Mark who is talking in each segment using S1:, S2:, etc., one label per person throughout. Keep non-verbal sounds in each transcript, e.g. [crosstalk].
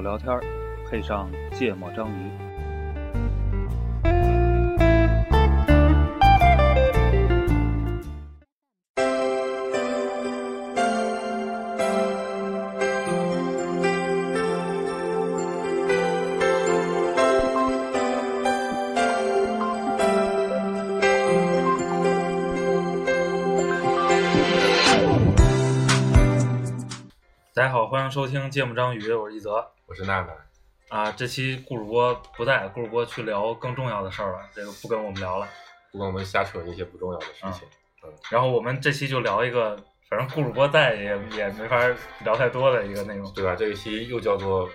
S1: 聊天，配上芥末章鱼。
S2: 大家好，欢迎收听《芥末章鱼》，我是一泽
S3: 我是娜娜，
S2: 啊。这期顾主播不在，顾主播去聊更重要的事儿了，这个不跟我们聊了。
S3: 不跟我们瞎扯一些不重要的事情。
S2: 啊然后我们这期就聊一个，反正顾主播在也也没法聊太多的一个内容。
S3: 对吧？这一期又叫做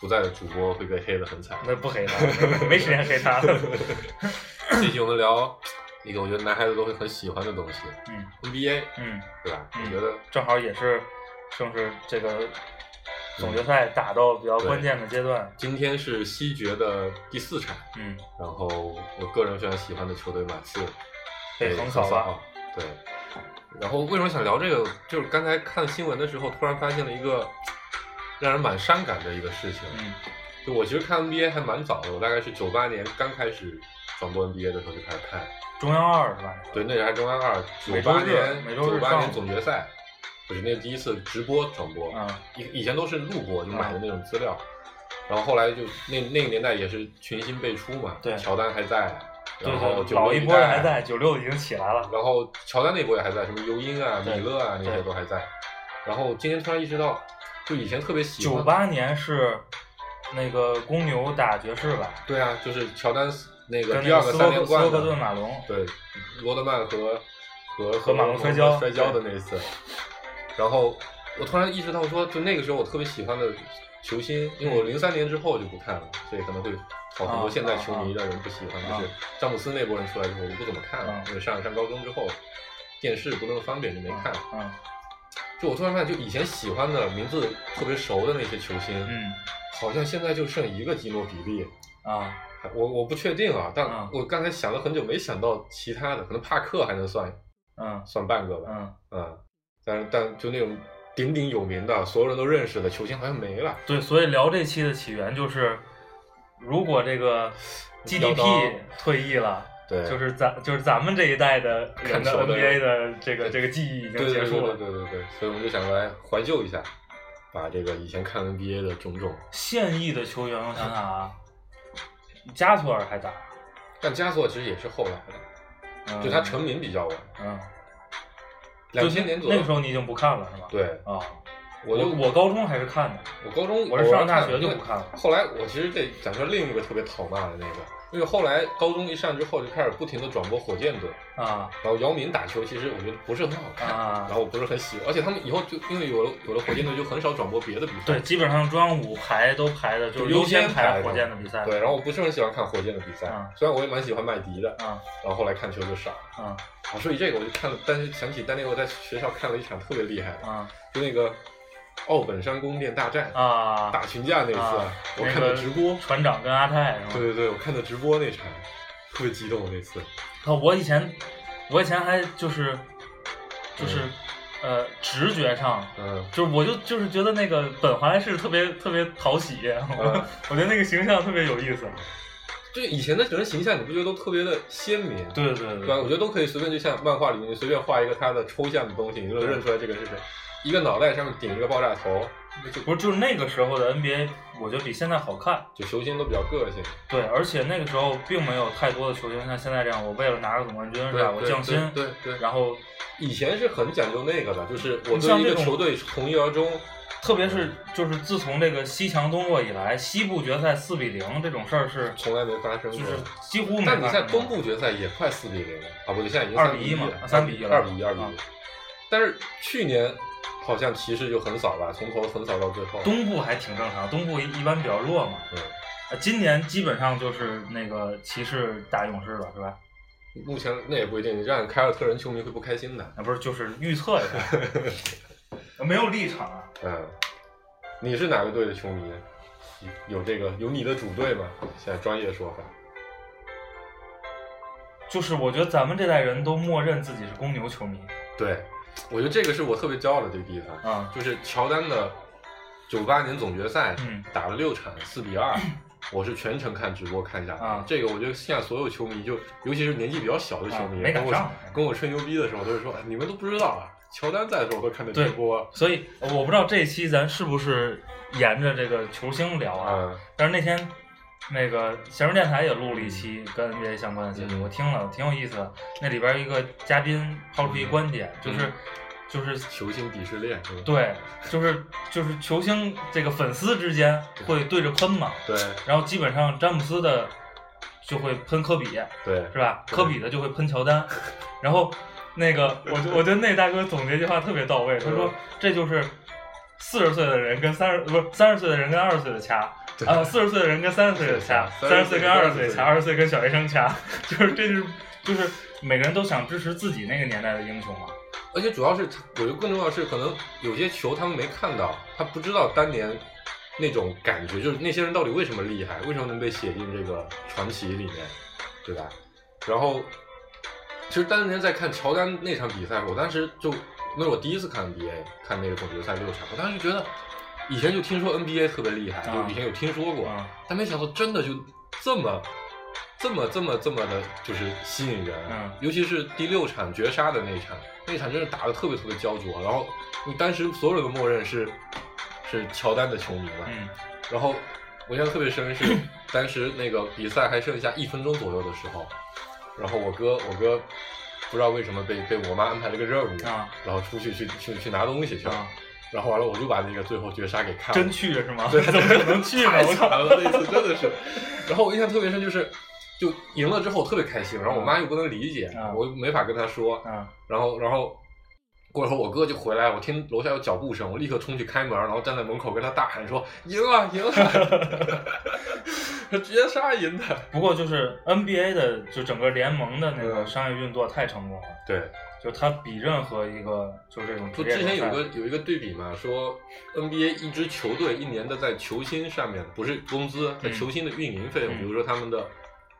S3: 不在的主播会被黑的很惨。
S2: 那不黑他，没没时间黑
S3: [laughs]
S2: 他。
S3: 这期我们聊一个我觉得男孩子都会很喜欢的东西
S2: 嗯
S3: ，NBA，
S2: 嗯，
S3: 对吧？
S2: 嗯
S3: 我觉得
S2: 正好也是，正是这个总决赛打到比较关键的阶段。
S3: 今天是西决的第四场，
S2: 嗯，
S3: 然后我个人非常喜欢的球队马刺
S2: 被横扫了。
S3: 了。对。然后为什么想聊这个？就是刚才看新闻的时候，突然发现了一个让人蛮伤感的一个事情。
S2: 嗯
S3: 就我其实看 NBA 还蛮早的，我大概是九八年刚开始转播 NBA 的时候就开始看。
S2: 中央二是吧？
S3: 对，那时候还中央二，
S2: 每
S3: 九
S2: 周
S3: 八
S2: 日
S3: 年
S2: 每周日
S3: 九八
S2: 上
S3: 年总决赛，就是那第一次直播转播，
S2: 嗯
S3: 以、以前都是录播，就
S2: 啊
S3: 买的那种资料，然后后来就那那个年代也是群星辈出嘛，
S2: 对
S3: 乔丹还在，
S2: 对
S3: 然后
S2: 对，
S3: 九
S2: 老
S3: 六
S2: 一
S3: 代
S2: 波的还在，，九六已经起来了。
S3: 然后乔丹那波也还在，什么尤因啊、米
S2: 对
S3: 勒啊那些
S2: 对
S3: 都还在，然后今天突然意识到，就以前特别喜欢
S2: 九八年是那个公牛打爵士吧，
S3: 对啊，就是乔丹那个
S2: 跟
S3: 第
S2: 那
S3: 二
S2: 个斯
S3: 三
S2: 洛
S3: 连
S2: 斯
S3: 冠
S2: 洛
S3: 嘛，
S2: 克顿马龙。
S3: 对，罗德曼和和
S2: 和马龙摔
S3: 摔
S2: 跤
S3: 摔跤的那一次。然后我突然意识到说，就那个时候我特别喜欢的球星，因为我零三年之后我就不看了，所以可能会好很
S2: 嗯啊
S3: 多现在
S2: 啊
S3: 球迷让人不喜欢，
S2: 啊
S3: 就是詹姆斯那波人出来之后我就不怎么看了
S2: 啊，
S3: 因为上上高中之后电视不那么方便就没看。
S2: 嗯
S3: 就我突然发现，就以前喜欢的名字特别熟的那些球星，
S2: 嗯
S3: 好像现在就剩一个基诺比利。
S2: 啊
S3: 我我不确定啊，
S2: 嗯
S3: 但我刚才想了很久，没想到其他的，可能帕克还能算
S2: 嗯
S3: 算半个吧，
S2: 嗯，
S3: 嗯，但是但就那种鼎鼎有名的，所有人都认识的球星好像没了。
S2: 对，所以聊这期的起源就是，如果这个
S3: 聊
S2: GDP
S3: 到
S2: 退役了。
S3: 对
S2: 就是咱就是咱们这一代的人
S3: 看
S2: 的
S3: 球的
S2: NBA 的这个这个记忆已经
S3: 对
S2: 结
S3: 对对
S2: 束
S3: 对
S2: 了。
S3: 对对对，所以我们就想来怀旧一下，把这个以前看 NBA 的种种。
S2: 现役的球员，我想想啊，加索尔还打，
S3: 但加索其实也是后来的，
S2: 嗯
S3: 就他成名比较晚，
S2: 嗯，
S3: 两
S2: 就
S3: 千年左
S2: 那
S3: 右。
S2: 个时候你已经不看了是吧？
S3: 对，
S2: 啊，
S3: 我就
S2: 我高中还是看的，
S3: 我高中
S2: 我是上
S3: 偶尔
S2: 大
S3: 看
S2: 学就不
S3: 因为
S2: 看了。
S3: 后来我其实得讲说另一个特别讨骂的那个，因为后来高中一上之后就开始不停的转播火箭队，
S2: 啊
S3: 然后姚明打球其实我觉得不是很好看，
S2: 啊
S3: 然！后我不是很喜欢，而且他们以后就因为有了有了火箭队就很少转播别的比赛，
S2: 对，基本上中央五排都排的，就是
S3: 优
S2: 先
S3: 先排
S2: 排
S3: 的
S2: 火箭的比赛。
S3: 对，然后我不是很喜欢看火箭的比赛，
S2: 嗯
S3: 虽然我也蛮喜欢麦迪的，
S2: 啊
S3: 然后后来看球就少了，
S2: 啊
S3: 啊，所以这个我就看了，但是想起当年我在学校看了一场特别厉害的，
S2: 啊
S3: 就那个奥本山宫殿大战、
S2: 啊！
S3: 打群架那一次，
S2: 啊
S3: 我
S2: 那
S3: 看
S2: 个
S3: 的直播，
S2: 船长跟阿泰是
S3: 对
S2: 吗？
S3: 对对，我看的直播那场，特别激动那次，
S2: 啊，我以前我以前还就是就是呃直觉上。
S3: 嗯。
S2: 就是我就就是觉得那个本华莱士特别特别讨喜， [laughs] 我我觉得那个形象特别有意思。
S3: 呃就以前的人形象，你不觉得都特别的鲜明？
S2: 对对
S3: 对吧？我觉得都可以随便，就像漫画里面你随便画一个他的抽象的东西，你就能认出来这个是谁。一个脑袋上面顶一个爆炸头，
S2: 对，不是就是那个时候的 NBA，我觉得比现在好看。
S3: 就球星都比较个性。
S2: 对，而且那个时候并没有太多的球星像现在这样，我为了拿个总冠军是吧？我
S3: 对
S2: 降薪，
S3: 对对。对
S2: 然后
S3: 以前是很讲究那个的，就是我
S2: 你像
S3: 对
S2: 这
S3: 一个
S2: 种
S3: 球队从一而终。
S2: 特别是
S3: 嗯
S2: 就是自从这个西强东弱以来，西部决赛四比零这种事儿是
S3: 从来没发生过
S2: 就是几乎没
S3: 但你
S2: 发生过。
S3: 在东部决赛也快四比零了啊！不对，现在已经
S2: 2
S3: 三
S2: 嗯比一嘛
S3: 了，
S2: 3比一了
S3: 二比一，二比
S2: 啊
S3: 一。但是去年好像骑士就很少吧，从头很少到最后。
S2: 东部还挺正常，东部一一般比较弱嘛。
S3: 嗯，
S2: 呃今年基本上就是那个骑士打勇士了，是吧？
S3: 目前那也不一定，你让凯尔特人球迷会不开心的。
S2: 啊，不是，就是预测一下，
S3: [laughs]
S2: 没有立场啊。
S3: 嗯，你是哪个队的球迷？有这个有你的主队吗？现在专业说法。
S2: 就是我觉得咱们这代人都默认自己是公牛球迷
S3: 对，我觉得这个是我特别骄傲的这个地方，
S2: 啊，
S3: 就是乔丹的九八年总决赛
S2: 嗯
S3: 打了六场，四比二。我是全程看直播看下来的
S2: 啊
S3: 这个我觉得现在所有球迷就，尤其是年纪比较小的球迷，
S2: 啊没赶
S3: 跟我
S2: 上
S3: 跟我吹牛逼的时候都是说，哎你们都不知道啊，乔丹在的时候我都看的直
S2: 对
S3: 播。
S2: 所以呃我不知道这一期咱是不是沿着这个球星聊啊，
S3: 嗯
S2: 但是那天那个闲人电台也录了一期跟 NBA 相关的节目，
S3: 嗯
S2: 我听了挺有意思的。那里边一个嘉宾抛出一观点，就是
S3: 嗯
S2: 就是
S3: 球星鄙视链，是吧
S2: 对，就是就是球星这个粉丝之间会对着喷嘛，
S3: 对
S2: 然后基本上詹姆斯的就会喷科比，
S3: 对
S2: 是吧？
S3: 对
S2: 科比的就会喷乔丹，然后那个我觉我觉得那大哥总结一句话特别到位，他说
S3: 嗯
S2: 这就是四十岁的人跟三十不是三十岁的人跟二十岁的掐。啊，四十岁的人跟三十岁的掐，
S3: 是是
S2: 三十岁跟二十岁
S3: 30
S2: 掐，二十岁跟小学生掐， [laughs] 就是这就是就是每个人都想支持自己那个年代的英雄嘛。
S3: 而且主要是他，我觉得更重要的是，可能有些球他们没看到，他不知道当年那种感觉，就是那些人到底为什么厉害，为什么能被写进这个传奇里面，对吧？然后，其实当年在看乔丹那场比赛，我当时就那是我第一次看 NBA，看那个总决赛六场，我当时就觉得以前就听说 NBA 特别厉害，
S2: 啊
S3: 就以前有听说过，
S2: 啊，
S3: 但没想到真的就这么、这么、这么、这么的，就是吸引人。
S2: 嗯
S3: 尤其是第六场绝杀的那一场，那一场真是打的特别特别焦灼。然后你当时所有人都默认是是乔丹的球迷嘛。
S2: 嗯
S3: 然后我印象特别深是当时那个比赛还剩下一分钟左右的时候，然后我哥我哥不知道为什么被被我妈安排了个任务，
S2: 啊
S3: 然后出去去去去拿东西去了。
S2: 啊，
S3: 然后完了我就把那个最后绝杀给看了。
S2: 真去是吗？
S3: 对，
S2: 怎么可能去呢？
S3: 啊太
S2: 我
S3: 惨
S2: 操！
S3: 了，那次真的是。然后我印象特别深，就是就赢了之后特别开心，然后我妈又不能理解，
S2: 啊
S3: 我又没法跟她说。
S2: 啊
S3: 然后，然后过了会儿，我哥就回来，我听楼下有脚步声，我立刻冲去开门，然后站在门口跟他大喊说：“赢了，赢了！” [laughs] 绝杀赢的。
S2: 不过就是 NBA 的，就整个联盟的那个
S3: 嗯
S2: 商业运作太成功了，
S3: 对，
S2: 就它比任何一个就这种
S3: 就
S2: 职业
S3: 之前有
S2: 联赛
S3: 个有一个对比嘛，说 NBA 一支球队一年的在球星上面不是工资，在
S2: 嗯
S3: 球星的运营费用，
S2: 嗯
S3: 比如说他们的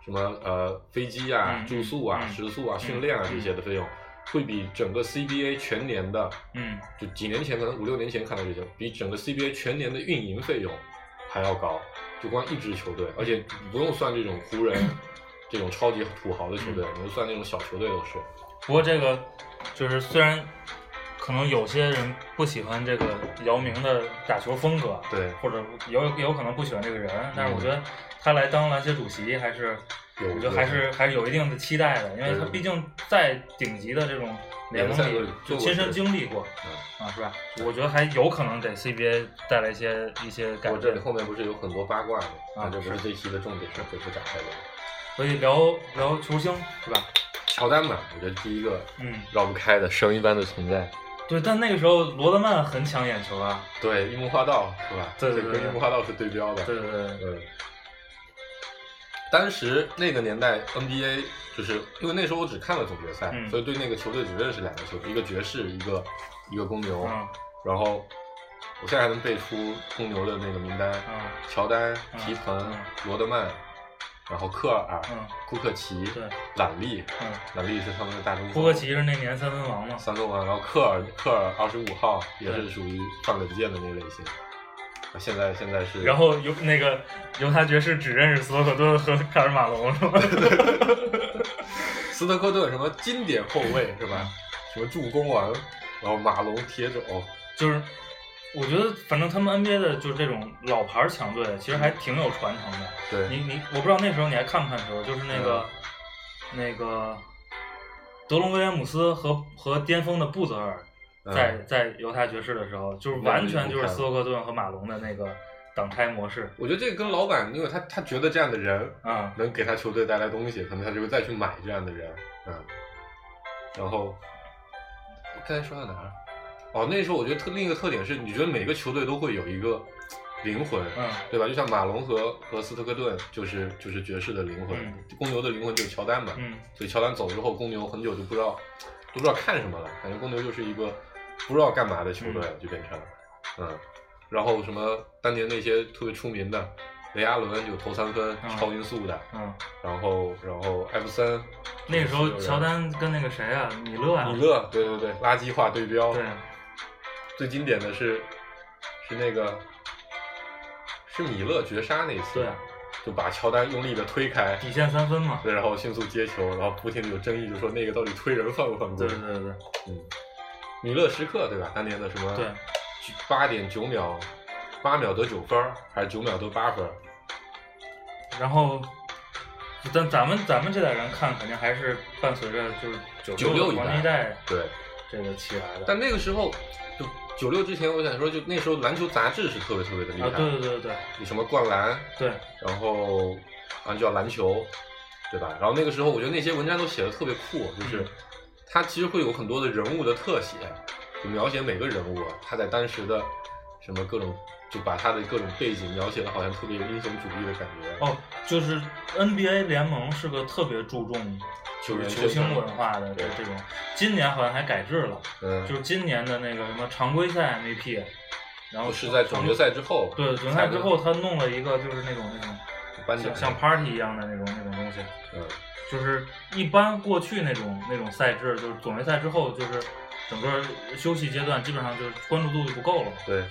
S3: 什么呃飞机啊、
S2: 嗯
S3: 住宿啊、
S2: 嗯
S3: 食宿啊、
S2: 嗯
S3: 训练啊
S2: 嗯
S3: 这些的费用，会比整个 CBA 全年的，
S2: 嗯
S3: 就几年前可能五六年前看到这些，比整个 CBA 全年的运营费用还要高，就光一支球队，而且你不用算这种湖人这种超级土豪的球队，
S2: 嗯
S3: 你就算那种小球队都是，
S2: 不过这个就是虽然可能有些人不喜欢这个姚明的打球风格，
S3: 对，
S2: 或者有有可能不喜欢这个人，但是
S3: 嗯
S2: 我觉得他来当篮协主席还是，
S3: 有
S2: 我觉得还是还是有一定的期待的，因为他
S3: 对
S2: 毕竟在顶级的这种联盟
S3: 联赛
S2: 里
S3: 里
S2: 就
S3: 做过
S2: 亲身
S3: 事
S2: 经历过
S3: 嗯。
S2: 啊，是吧？我觉得还有可能给 CBA 带来一些一些改
S3: 我这
S2: 变
S3: 里。后面不是有很多八卦吗？
S2: 啊
S3: 那这不是这期的重点，回不展开聊。
S2: 所以聊聊球星是吧？
S3: 乔丹嘛，我觉得第一个
S2: 嗯，
S3: 绕不开的神一般的存在。
S2: 对。但那个时候罗德曼很抢眼球啊，
S3: 对，樱木花道是吧？
S2: 对对对
S3: 这跟樱木花道是对标的。
S2: 对对对，
S3: 嗯。当时那个年代 NBA 就是因为那时候我只看了总决赛，
S2: 嗯
S3: 所以对那个球队只认识两个球队，一个爵士，一个一个公牛。
S2: 嗯
S3: 然后我现在还能背出公牛的那个名单：
S2: 嗯
S3: 乔丹、
S2: 嗯
S3: 皮蓬、
S2: 嗯
S3: 罗德曼，然后科尔、
S2: 嗯，
S3: 库克奇、
S2: 对，
S3: 朗利，
S2: 嗯。
S3: 朗利是他们的大中锋。
S2: 库克奇是那年三分王嘛？
S3: 三个王，然后科尔科尔二十五号也
S2: 对
S3: 是属于放冷箭的那类型。啊现在现在是，
S2: [laughs] 然后犹那个犹他爵士只认识斯托克顿和卡尔马龙是吧？
S3: 斯特科顿什么经典后卫是吧？什么助攻王，然后马龙铁肘，
S2: [laughs] 就是我觉得，反正他们 NBA 的就是这种老牌儿强队，其实还挺有传承的。你
S3: 对，
S2: 你，我不知道那时候你还看不看球，就是那个、那个德隆威廉姆斯和和巅峰的布泽尔
S3: 嗯
S2: 在、在犹他爵士的时候，就是
S3: 那
S2: 完
S3: 你
S2: 全
S3: 不
S2: 就是
S3: 看
S2: 斯托克顿和马龙的那个挡拆模式
S3: 我觉得这个跟老板，因为他他觉得这样的人
S2: 啊。
S3: 能给他球队带来东西，可能他就会再去买这样的人，嗯。然后刚才说到哪儿？哦，那时候我觉得特另一个特点是，你觉得每个球队都会有一个灵魂，
S2: 嗯
S3: 对吧？就像马龙和和斯特克顿，就是就是爵士的灵魂，
S2: 嗯
S3: 公牛的灵魂就是乔丹嘛。
S2: 嗯
S3: 所以乔丹走之后，公牛很久就不知道都不知道看什么了，感觉公牛就是一个不知道干嘛的球队，就变成，嗯，然后什么当年那些特别出名的雷阿伦有投三分、
S2: 嗯
S3: 超音速的，
S2: 嗯，
S3: 然后然后艾弗森，
S2: 那个时候
S3: 就是
S2: 乔丹跟那个谁啊，米勒啊，
S3: 米勒，对对对，垃圾化对标，
S2: 对，
S3: 最经典的是是那个是米勒绝杀那一次，
S2: 对，啊
S3: 就把乔丹用力的推开，
S2: 底线三分嘛。
S3: 对然后迅速接球，然后不停的有争议，就说那个到底推人犯不犯规
S2: 对？对对
S3: 嗯，米勒时刻对吧？当年的什么
S2: 对，
S3: 八点九秒，八秒得九分儿，还是九秒得八分儿？
S2: 然后，但咱们咱们这代人看，肯定还是伴随着就是九
S3: 96一代
S2: 黄金一代
S3: 对，
S2: 这个起来的。
S3: 但那个时候就九六之前，我想说，就那时候篮球杂志是特别特别的厉害，
S2: 啊，对对对对
S3: 有什么灌篮，
S2: 对
S3: 然后好像叫篮球，对吧？然后那个时候我觉得那些文章都写的特别酷，就是
S2: 嗯
S3: 它其实会有很多的人物的特写，就描写每个人物啊他在当时的什么各种，就把他的各种背景描写的好像特别有英雄主义的感觉。
S2: 哦，就是 NBA 联盟是个特别注重
S3: 球
S2: 就
S3: 员
S2: 是球
S3: 身份
S2: 星文化的这
S3: 对
S2: 这种，今年好像还改制了，
S3: 嗯，
S2: 就是今年的那个什么常规赛 MVP，然后
S3: 是在总决赛之后，
S2: 对总决赛之后，他弄了一个就是那种那种
S3: 颁奖
S2: 像，像 party 一样的那种那种东西，
S3: 嗯，
S2: 就是一般过去那种那种赛制，就是总决赛之后，就是整个休息阶段基本上就是关注度就不够了。
S3: 对，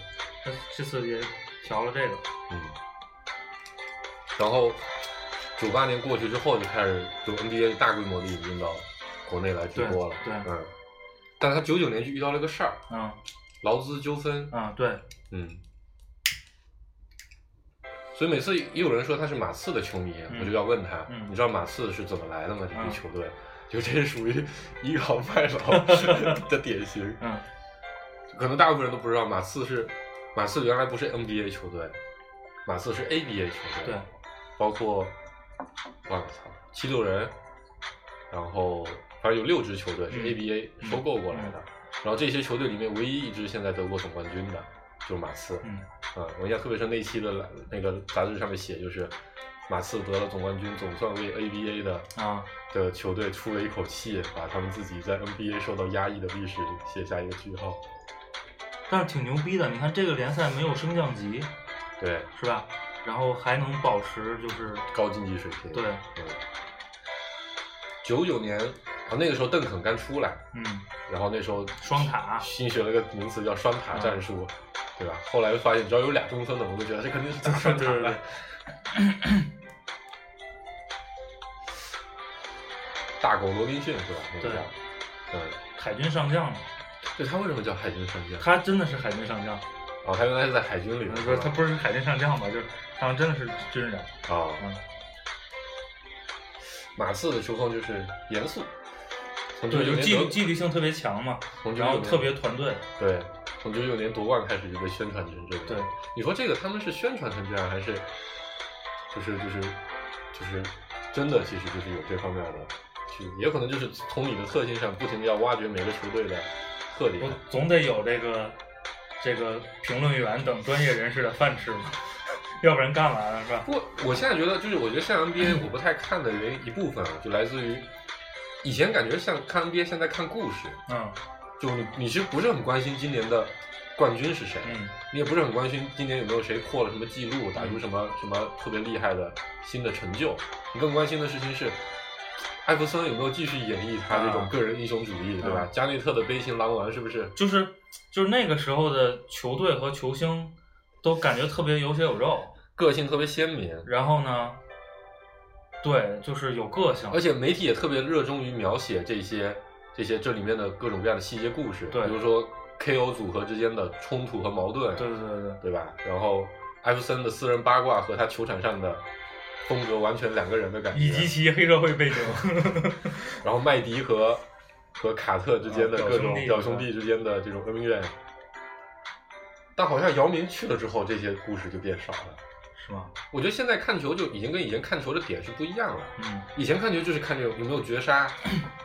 S2: 这这次也调了这个，
S3: 嗯，然后九八年过去之后，就开始就 NBA 大规模的引进到国内来直播了。
S2: 对对
S3: 嗯，但他九九年就遇到了个事儿，
S2: 嗯
S3: 劳资纠纷。
S2: 嗯，对，
S3: 嗯，所以每次也有人说他是马刺的球迷，
S2: 嗯
S3: 我就要问他，
S2: 嗯
S3: 你知道马刺是怎么来的吗？这
S2: 嗯
S3: 支球队，就这是属于倚老卖
S2: [laughs]
S3: 老的典型。
S2: 嗯
S3: 可能大部分人都不知道，马刺是马刺原来不是 NBA 球队，马刺是 ABA 球队，
S2: 对，
S3: 包括我操七六人，然后反正有六支球队是
S2: 嗯
S3: ABA
S2: 嗯
S3: 收购过来的，然后这些球队里面唯一一支现在得过总冠军的就是马刺，
S2: 嗯
S3: 嗯，我印象特别深，那一期的篮那个杂志上面写就是马刺得了总冠军，总算为 ABA 的
S2: 啊，
S3: 的球队出了一口气，把他们自己在 NBA 受到压抑的历史写下一个句号，
S2: 但是挺牛逼的。你看这个联赛没有升降级，
S3: 对。
S2: 是吧？然后还能保持就是
S3: 高竞技水平。
S2: 对
S3: 嗯，九九年啊，那个时候邓肯刚出来，
S2: 嗯
S3: 然后那时候
S2: 双塔啊嗯
S3: 新学了个名词叫双塔战术，对吧？后来又发现只要有俩中锋的，我都觉得这肯定是双塔
S2: 对对
S3: 了
S2: 对。
S3: 大狗罗宾逊是吧？那个
S2: 对
S3: 叫，嗯，
S2: 海军上将嘛，
S3: 对他为什么叫海军上将？
S2: 他真的是海军上将，
S3: 哦，他原来是在海军里面，
S2: 不是他
S3: 吧
S2: 不是海军上将吧？就是他们真的是军人，
S3: 啊。
S2: 嗯，
S3: 马刺的球风就是严肃，从九
S2: 对，
S3: 九
S2: 就
S3: 年
S2: 纪
S3: 得
S2: 纪律性特别强嘛，
S3: 从
S2: 然后
S3: 99年
S2: 特别团队，
S3: 对，从九九年夺冠开始就被宣传成这个。
S2: 对，
S3: 你说这个他们是宣传成这样，还是就是就是就是真的，其实就是有这方面的，就也可能就是从你的特性上不停的要挖掘每个球队的特点
S2: 我。总得有这个这个评论员等专业人士的饭吃嘛， [laughs] 要不然干嘛呢？是吧？
S3: 不过我现在觉得，就是我觉得像 NBA 我不太看的原因一部分啊，就来自于以前感觉像看 NBA 像在看故事，
S2: 嗯
S3: 就你你其实不是很关心今年的冠军是谁，
S2: 嗯
S3: 你也不是很关心今年有没有谁破了什么记录，打出什么什么特别厉害的新的成就。你更关心的事情是，艾弗森有没有继续演绎他这种
S2: 啊
S3: 个人英雄主义，对吧
S2: 啊？
S3: 加内特的悲情狼王是不是？
S2: 就是就是那个时候的球队和球星都感觉特别有血有肉，
S3: 个性特别鲜明，
S2: 然后呢，对，就是有个性，
S3: 而且媒体也特别热衷于描写这些这些这里面的各种各样的细节故事，
S2: 对
S3: 比如说 KO 组合之间的冲突和矛盾，
S2: 对对对对
S3: 对吧？然后艾弗森的私人八卦和他球场上的风格完全两个人的感觉，
S2: 以及其黑社会背景， [laughs]
S3: 然后麦迪和和卡特之间的各种啊表兄弟之间的这种恩怨，但好像姚明去了之后，这些故事就变少了。
S2: 是吗？
S3: 我觉得现在看球就已经跟以前看球的点是不一样了。
S2: 嗯
S3: 以前看球就是看这种有没有绝杀，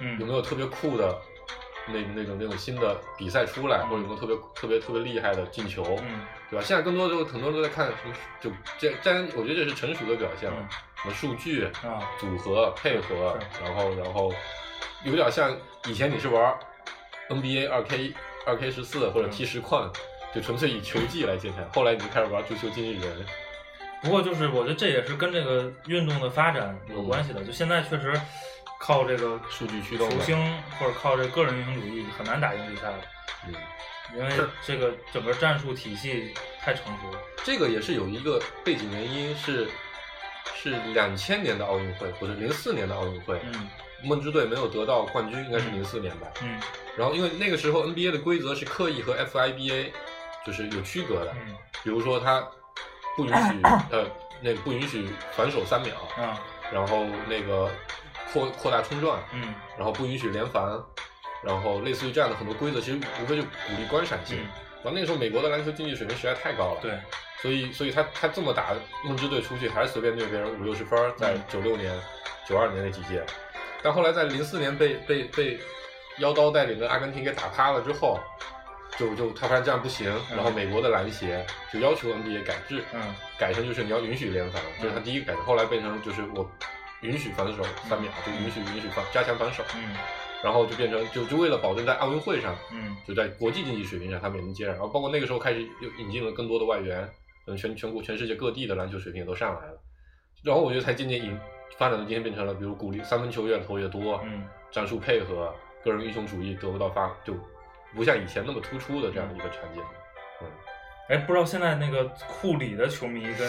S3: 有
S2: 嗯
S3: 没有特别酷的那那种那种新的比赛出来，或者有没有特别特别特别厉害的进球，
S2: 嗯
S3: 对吧？现在更多的就很多人都在看什么，就这这，我觉得这是成熟的表现了。
S2: 嗯
S3: 什么数据，
S2: 啊，
S3: 组合配合，
S2: 是
S3: 然后然后有点像以前你是玩 NBA 二 K 二 K 十四或者
S2: 嗯
S3: T 实况，就纯粹以球技来建产，后来你就开始玩足球经纪人，
S2: 不过就是我觉得这也是跟这个运动的发展有关系的，就现在确实靠这个
S3: 嗯数据驱动的
S2: 球星或者靠这个人英雄主义很难打赢比赛了，
S3: 嗯，
S2: 因为这个整个战术体系太成熟了。
S3: 这个也是有一个背景原因是，是两千年的奥运会，不是零四年的奥运会，
S2: 嗯
S3: 梦之队没有得到冠军，应该是零四年吧。
S2: 嗯
S3: 然后因为那个时候 NBA 的规则是刻意和 FIBA 就是有区隔的，
S2: 嗯
S3: 比如说它不允许
S2: 哎
S3: 呃那个不允许反手三秒，
S2: 啊
S3: 然后那个扩扩大冲撞，
S2: 嗯
S3: 然后不允许连防，然后类似于这样的很多规则，其实无非就鼓励观赏性。
S2: 嗯，
S3: 然后那个时候美国的篮球竞技水平实在太高了，
S2: 对，
S3: 所以，所以他他这么打梦之队出去，还是随便虐别人五六十分儿，在
S2: 嗯
S3: 九六年、九二年那几届，但后来在零四年被被被妖刀带领的阿根廷给打趴了之后，就就他发现这样不行，
S2: 嗯
S3: 然后美国的篮协就要求 NBA 改制，
S2: 嗯
S3: 改成就是你要允许连防，这、是他第一个改制，后来变成就是我允许反手三秒，就允许允许防加强反手，
S2: 嗯
S3: 然后就变成就就为了保证在奥运会上
S2: 嗯
S3: 就在国际竞技水平上，他们也能接上。然后包括那个时候开始又引进了更多的外援，可能全全国全世界各地的篮球水平也都上来了。然后我觉得才渐渐引发展到今天变成了，比如鼓励三分球越投越多，
S2: 嗯
S3: 战术配合、个人英雄主义得不到发，就不像以前那么突出的这样的一个场景。
S2: 哎，不知道现在那个库里的球迷跟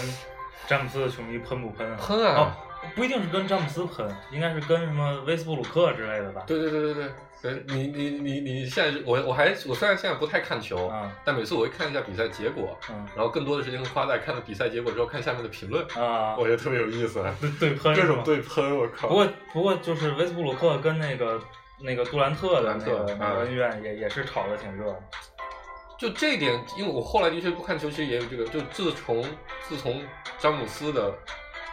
S2: 詹姆斯的球迷喷不喷啊？
S3: 喷啊！
S2: 哦，不一定是跟詹姆斯喷，应该是跟什么威斯布鲁克之类的吧？
S3: 对对对对对，呃你你你你现在是我我还我虽然现在不太看球，
S2: 啊，
S3: 但每次我会看一下比赛结果，
S2: 嗯
S3: 然后更多的时间会花在看了比赛结果之后看下面的评论，
S2: 啊，
S3: 我觉得特别有意思。
S2: 对对喷
S3: 各
S2: 是
S3: 种
S2: 吗？
S3: 对喷，我靠！
S2: 不过不过就是威斯布鲁克跟那个那个杜兰特
S3: 杜
S2: 的
S3: 兰
S2: 那
S3: 特
S2: 个那
S3: 嗯
S2: 个恩怨也也是吵得挺热的。
S3: 就这一点，因为我后来的确不看球，其实也有这个。就自从自从詹姆斯的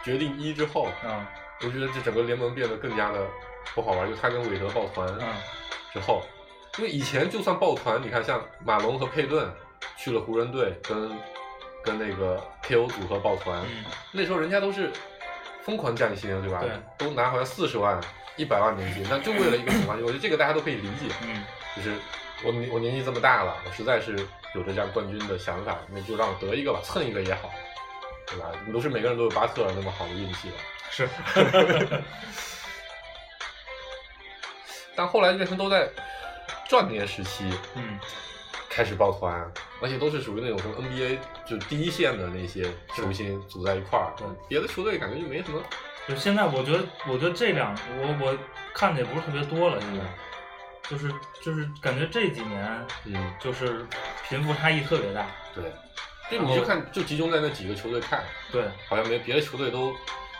S3: 决定一之后，
S2: 嗯
S3: 我觉得这整个联盟变得更加的不好玩。就他跟韦德抱团
S2: 嗯
S3: 之后，因为以前就算抱团，你看像马龙和佩顿去了湖人队，跟跟那个 KO 组合抱团，
S2: 嗯
S3: 那时候人家都是疯狂降薪，对吧？
S2: 对
S3: 都拿好像四十万、一百万年薪，但就为了一个什么？我觉得这个大家都可以理解。
S2: 嗯
S3: 就是我年我年纪这么大了，我实在是有着这样冠军的想法，那就让我得一个吧，蹭一个也好，对吧？不是每个人都有巴特尔那么好的运气了。
S2: 是， [laughs]
S3: 但后来变成都在壮年时期
S2: 嗯
S3: 开始抱团，而且都是属于那种什么 NBA 就第一线的那些球星组在一块儿
S2: 对，
S3: 别的球队感觉就没什么。
S2: 就现在我觉得我觉得这两我我看的也不是特别多了，现在就是就是感觉这几年
S3: 嗯，
S2: 就是贫富差异特别大。
S3: 对，就你就看就集中在那几个球队看，
S2: 对
S3: 好像没别的球队都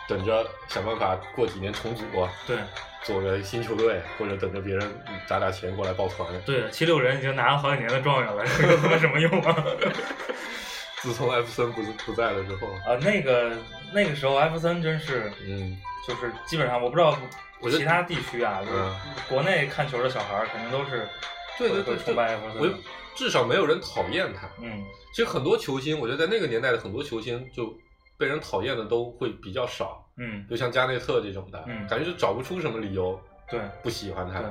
S3: 等着想办法过几年重组、啊
S2: 对
S3: 做个新球队，或者等着别人砸点钱过来抱团。
S2: 对，七六人已经拿了好几年的状元了，这有他妈什么用啊？ [laughs]
S3: 自从艾弗森不不在了之后，
S2: 啊，那个那个时候，艾弗森真是
S3: 嗯，
S2: 就是基本上我不知道
S3: 我觉得
S2: 其他地区啊，就是
S3: 嗯
S2: 国内看球的小孩儿肯定都是
S3: 对对
S2: 会
S3: 对，
S2: 会崇拜艾弗
S3: 我
S2: 森
S3: 又
S2: 的。
S3: 至少没有人讨厌他。
S2: 嗯
S3: 其实很多球星，我觉得在那个年代的很多球星就被人讨厌的都会比较少，
S2: 嗯，
S3: 就像加内特这种的，
S2: 嗯
S3: 感觉就找不出什么理由
S2: 对
S3: 不喜欢他
S2: 对。。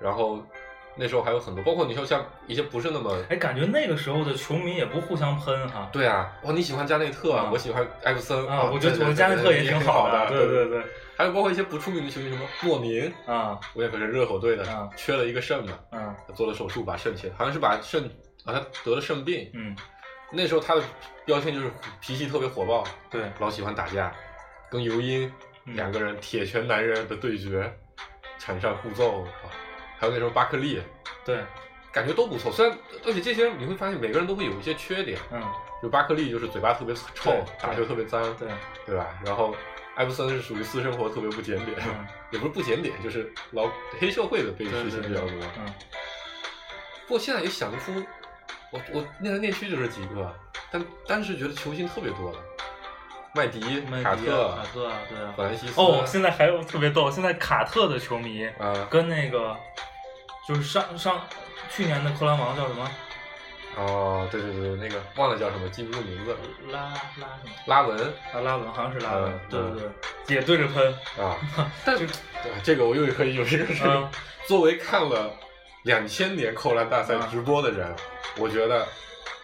S3: 然后那时候还有很多，包括你说像一些不是那么。
S2: 哎，感觉那个时候的球迷也不互相喷哈。
S3: 对啊，哇！你喜欢加内特啊，
S2: 嗯
S3: 我喜欢艾弗森哦
S2: 啊，我觉得
S3: 对对
S2: 我的加内
S3: 对
S2: 特
S3: 对
S2: 挺
S3: 挺
S2: 好
S3: 的，
S2: 对
S3: 对
S2: 对对。
S3: 还有包括一些不出名的球星，什么莫宁，
S2: 啊
S3: 我也可是热火队
S2: 嗯
S3: 的，缺了一个肾嘛，
S2: 嗯
S3: 他做了手术把肾切，好像是把肾啊他得了肾病，
S2: 嗯，
S3: 那时候他的标签就是脾气特别火爆，
S2: 对，
S3: 老喜欢打架，跟尤因
S2: 嗯
S3: 两个人铁拳男人的对决，场上互揍，啊还有那时候巴克利，
S2: 对，
S3: 感觉都不错。虽然而且这些你会发现每个人都会有一些缺点，
S2: 嗯
S3: 就巴克利就是嘴巴特别臭
S2: 对，
S3: 打球特别脏，
S2: 对，
S3: 对吧？然后艾弗森是属于私生活特别不检点，
S2: 嗯
S3: 也不是不检点，就是老黑社会的被事情比较多。
S2: 嗯
S3: 不过现在也想不出，我我那个内区就是几个，但当时觉得球星特别多的，麦迪、
S2: 麦
S3: 卡
S2: 迪
S3: 特、
S2: 卡特啊对啊
S3: 法兰西斯。
S2: 哦，现在还有特别逗，现在卡特的球迷
S3: 啊
S2: 跟那个就是上上去年的扣篮王叫什么
S3: 哦，对对对，那个忘了叫什么，记不住名字了。
S2: 拉拉什么？
S3: 拉文
S2: 啊，拉文好像是拉文
S3: 嗯，
S2: 对
S3: 嗯
S2: 对对，也对着喷， [laughs]
S3: 啊，但是对这个我又可以有一个是，
S2: 嗯
S3: 作为看了两千年扣篮大赛
S2: 嗯
S3: 直播的人，我觉得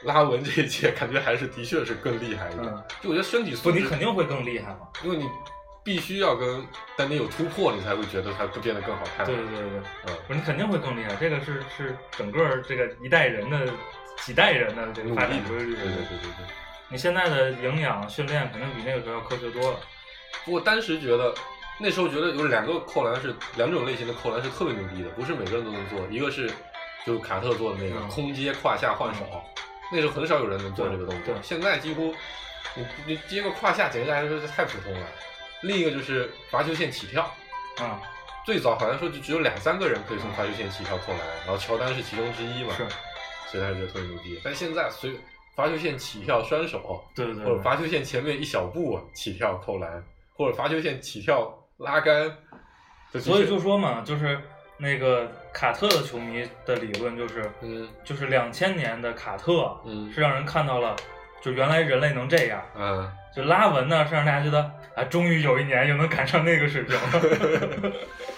S3: 拉文这一届感觉还是的确是更厉害一点。
S2: 嗯
S3: 就我觉得身体素
S2: 不，
S3: 质，
S2: 你肯定会更厉害嘛，
S3: 因为你必须要跟丹尼有突破，你才会觉得他变得更好看。
S2: 对对对对，
S3: 嗯，
S2: 不是你肯定会更厉害，这个是是整个这个一代人的几代人的这个
S3: 努
S2: 发
S3: 力
S2: 展
S3: 嘛，
S2: 规
S3: 对
S2: 律。
S3: 对对对对。
S2: 你现在的营养训练肯定比那个时候要科学多了。
S3: 不过当时觉得，那时候觉得有两个扣篮是两种类型的扣篮是特别牛逼的，不是每个人都能做。一个是就是卡特做的那个、
S2: 嗯
S3: 空接胯下换手，那时候很少有人能做这个动作
S2: 对。对
S3: 现在几乎你你接个胯下，简直来说是太普通了。另一个就是罚球线起跳，
S2: 啊，
S3: 最早好像说就只有两三个人可以从罚球线起跳扣篮，然后乔丹是其中之一嘛，
S2: 是，
S3: 所以他就觉得特别牛逼。但现在随罚球线起跳双手，
S2: 对对对
S3: 或者
S2: 对，
S3: 罚球线前面一小步起跳扣篮，或者罚球线起跳拉杆，这的
S2: 所以
S3: 确
S2: 就说嘛，就是那个卡特的球迷的理论就是，
S3: 嗯
S2: 就是两千年的卡特啊
S3: 嗯
S2: 是让人看到了，就原来人类能这样。
S3: 嗯，
S2: 就拉文呢，是让大家觉得啊，终于有一年又能赶上那个水平
S3: [laughs]
S2: 了。 [laughs]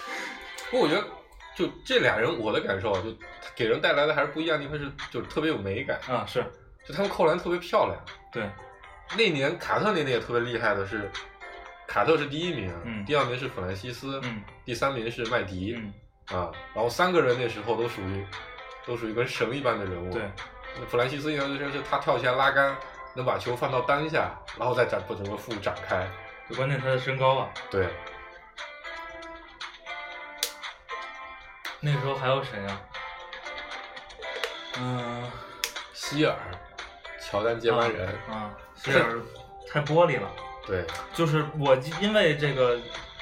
S3: 不过我觉得就这俩人，我的感受啊，就给人带来的还是不一样的地方是，就是特别有美感，
S2: 啊，是
S3: 就他们扣篮特别漂亮。
S2: 对，
S3: 那年卡特那年也特别厉害的是，卡特是第一名，
S2: 嗯
S3: 第二名是弗兰西斯，
S2: 嗯
S3: 第三名是麦迪、
S2: 嗯，
S3: 啊，然后三个人那时候都属于都属于跟神一般的人物，
S2: 对，
S3: 那弗兰西斯印象最深是他跳起来拉杆，能把球放到单下，然后再展把整个腹展开。
S2: 就关键他的身高啊，
S3: 对，
S2: 那时候还有谁啊？嗯
S3: 希尔，乔丹接班人。
S2: 啊，希尔太玻璃了。
S3: 对，
S2: 就是我因为这个，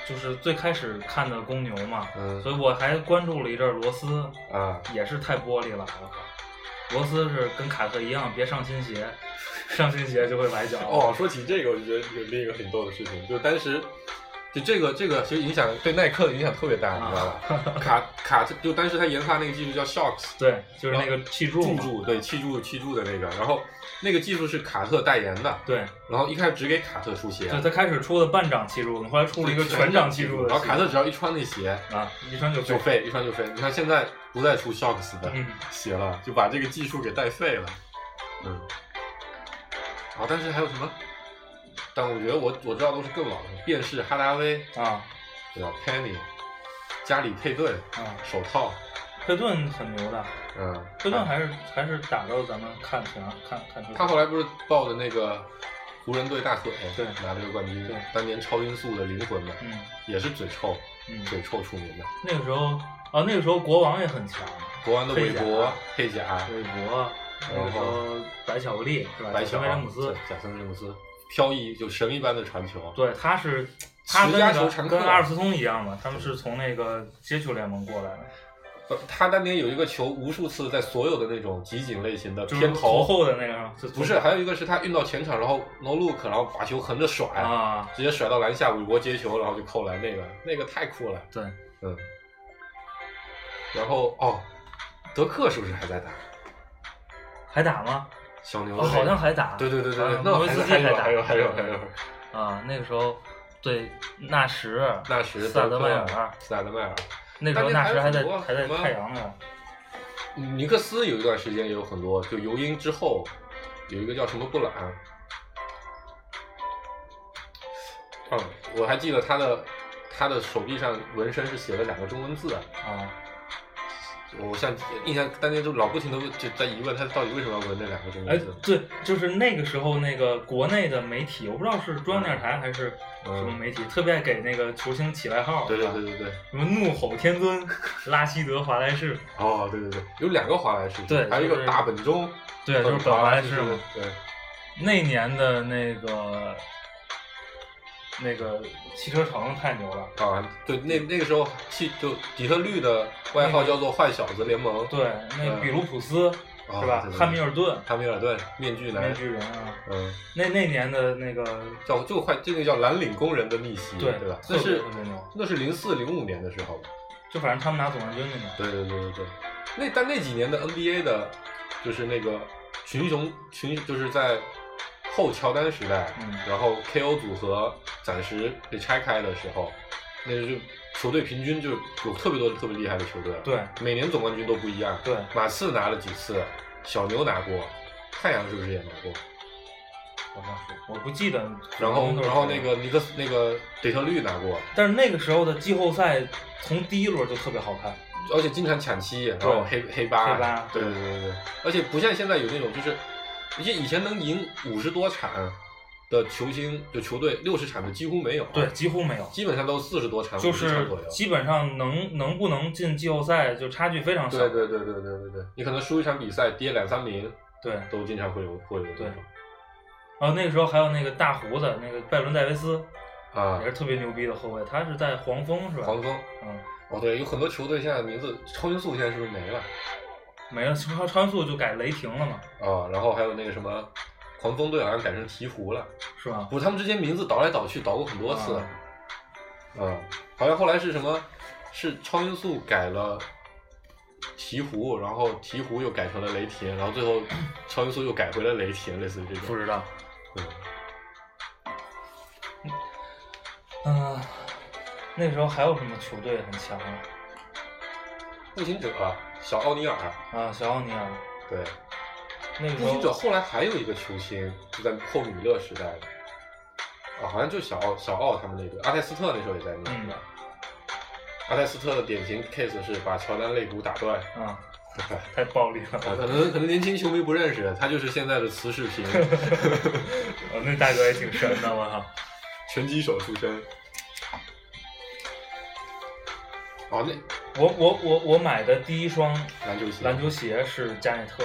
S2: 就是最开始看的公牛嘛，
S3: 嗯
S2: 所以我还关注了一阵儿罗斯，
S3: 啊，
S2: 也是太玻璃了，我靠！罗斯是跟卡特一样，别上新鞋，上新鞋就会崴脚。
S3: 哦，，说起这个，我就觉得有另一个很逗的事情，就当时。就这个，这个其实影响对耐克的影响特别大，你知
S2: 啊
S3: 道吧？
S2: [laughs]
S3: 卡卡特就当时他研发那个技术叫 Shocks
S2: 对，就是那个气柱
S3: 柱
S2: 嘛，
S3: 柱，对气柱气柱的那个，然后那个技术是卡特代言的，
S2: 对，
S3: 然后一开始只给卡特出鞋
S2: 就，他开始出的半掌气柱，后来出了一个全掌气柱的
S3: 然后
S2: 系
S3: 卡特只要一穿那鞋，
S2: 啊，一穿就
S3: 就
S2: 废。
S3: 废，一穿就废。你看现在不再出 Shocks 的
S2: 嗯，
S3: 鞋了，就把这个技术给带废了。嗯。啊，但是还有什么？但我觉得我我知道都是更老的，便是哈达威，
S2: 啊
S3: 对吧？Penny，家里配对，
S2: 啊，
S3: 手套，
S2: 佩顿很牛的，
S3: 嗯。
S2: 佩顿还是还是打到咱们看前看看出
S3: 他后来不是抱着那个湖人队大腿，
S2: 对
S3: 拿了个冠军
S2: 对，
S3: 当年超音速的灵魂嘛，
S2: 嗯
S3: 也是嘴臭，
S2: 嗯，
S3: 嘴臭出名的。
S2: 那个时候啊，那个时候国王也很强，
S3: 国王的
S2: 佩
S3: 韦
S2: 贾
S3: 伯、佩贾、
S2: 韦伯，那个时候白巧克力是吧？
S3: 哦白乔
S2: 威廉姆斯，
S3: 贾贾森威廉姆斯，飘逸就神一般的传球，
S2: 对，他是他跟
S3: 十
S2: 那
S3: 佳球常
S2: 个
S3: 客
S2: 跟阿尔斯通一样嘛，他们是从那个街区联盟过来的，
S3: 呃他当年有一个球，无数次在所有的那种集锦类型的
S2: 就是
S3: 偏
S2: 头
S3: 头，
S2: 后的那个嘛，就
S3: 不是，还有一个是他运到前场，然后 no look，然后把球横着甩，
S2: 啊，
S3: 直接甩到篮下，韦伯接球，然后就扣篮，那个那个太酷了，
S2: 对，
S3: 嗯。然后哦，德克是不是还在打
S2: 还打吗？
S3: 小牛
S2: 哦，
S3: 的那个？
S2: 好像还打，
S3: 对对对对
S2: 好
S3: 对
S2: 像，
S3: 那
S2: 诺维
S3: 还
S2: 斯
S3: 有
S2: 基
S3: 还有
S2: 打，
S3: 还有还有还有，
S2: 啊，那个时候对纳什，
S3: 纳什、
S2: 萨
S3: 德
S2: 德
S3: 克
S2: 迈尔，
S3: 斯塔德迈尔，啊
S2: 那时候纳什还在
S3: 但那还有很多
S2: 还在
S3: 什么
S2: 太阳呢，
S3: 尼克斯有一段时间也有很多，就尤因之后有一个叫什么布朗，嗯，我还记得他的他的手臂上纹身是写了两个中文字，
S2: 啊，
S3: 嗯我像印象当年就老不停的就在疑问他到底为什么要纹那两个中
S2: 哎
S3: 文字，，
S2: 对，就是那个时候那个国内的媒体，我不知道是中央电视
S3: 嗯
S2: 台还是什么媒体，特别爱给那个球星起外号，
S3: 对
S2: 是
S3: 对
S2: 吧
S3: 对对对，
S2: 什么怒吼天尊、拉希德·华莱士，
S3: 哦对对对，有两个华莱士，
S2: 对
S3: 还有一
S2: 就
S3: 个
S2: 是
S3: 大本钟，
S2: 对，就是本
S3: 华
S2: 华
S3: 莱
S2: 莱
S3: 士
S2: 士嘛。，
S3: 对，
S2: 那年的那个那个汽车城太牛了，
S3: 啊对那那个时候气就底特律的外号叫做坏小子联盟，
S2: 对，那个
S3: 嗯
S2: 比卢普斯、
S3: 哦
S2: 是吧？
S3: 对对对
S2: 汉密尔顿
S3: 汉密尔顿面具男
S2: 那，巨人啊，
S3: 嗯。
S2: 那那年的那个
S3: 叫就快这个叫蓝领工人的逆袭，
S2: 对
S3: 嗯吧？
S2: 特
S3: 那
S2: 别
S3: 是
S2: 特别牛
S3: 那是零四零五年的时候吧，
S2: 就反正他们拿总冠军那年，
S3: 对对对对对。那但那几年的 NBA 的，就是那个群雄群，就是在后乔丹时代，
S2: 嗯
S3: 然后 KO 组合暂时被拆开的时候，那就球队平均就有特别多特别厉害的球队，，
S2: 对
S3: 每年总冠军都不一样，
S2: 对，
S3: 马刺拿了几次，小牛拿过，太阳是不是也拿过？
S2: 好像是，我不记得。
S3: 然后然后那
S2: 个。
S3: 个尼克斯那个底特律拿过，
S2: 但是那个时候的季后赛从第一轮就特别好看，
S3: 而且经常抢七，然后黑黑八，
S2: 黑八
S3: 对对对对对，而且不像现在有那种就是，而且以前能赢五十多场的球星就球队六十场的几乎没有，
S2: 对，几乎没有，
S3: 基本上都四十哦多场，
S2: 就
S3: 50场
S2: 是
S3: 左右。
S2: 基本上能能不能进季后赛就差距非常小。
S3: 对对对对对对对，你可能输一场比赛跌两三零，
S2: 对
S3: 都经常会有会有这种
S2: 然后那个时候还有那个大胡子，那个拜伦戴维斯
S3: 啊
S2: 也是特别牛逼的后卫，他是在黄蜂是吧？
S3: 黄蜂。
S2: 嗯，
S3: 哦，对，有很多球队现在名字超音速现在是不是没了
S2: 没了，超川速就改雷霆了嘛，
S3: 啊？然后还有那个什么狂风队好像改成鹈鹕了，
S2: 是吧？
S3: 不是他们之间名字倒来倒去倒过很多次，
S2: 啊
S3: 嗯，好像后来是什么是超音速改了鹈鹕，然后鹈鹕又改成了雷霆，然后最后超音速又改回了雷霆，类似于这
S2: 不
S3: 种。
S2: 知道。
S3: 嗯
S2: 嗯、那时候还有什么球队很强啊？
S3: 步行者、小奥尼尔，
S2: 啊，小奥尼尔，
S3: 对，
S2: 那个时
S3: 步
S2: 候
S3: 行者后来还有一个球星就在寇米勒时代的，啊，好像就小奥小奥他们那队，阿泰斯特那时候也在那
S2: 嗯
S3: 个。阿泰斯特的典型 case 是把乔丹肋骨打断，
S2: 啊，太暴力了。 [laughs]
S3: 啊，可能可能年轻球迷不认识，他就是现在的慈世平，
S2: 我哦那大哥也挺神的，我操！
S3: 拳击手出身。哦，那
S2: 我我我我买的第一双
S3: 篮球鞋，
S2: 篮球鞋是加内特，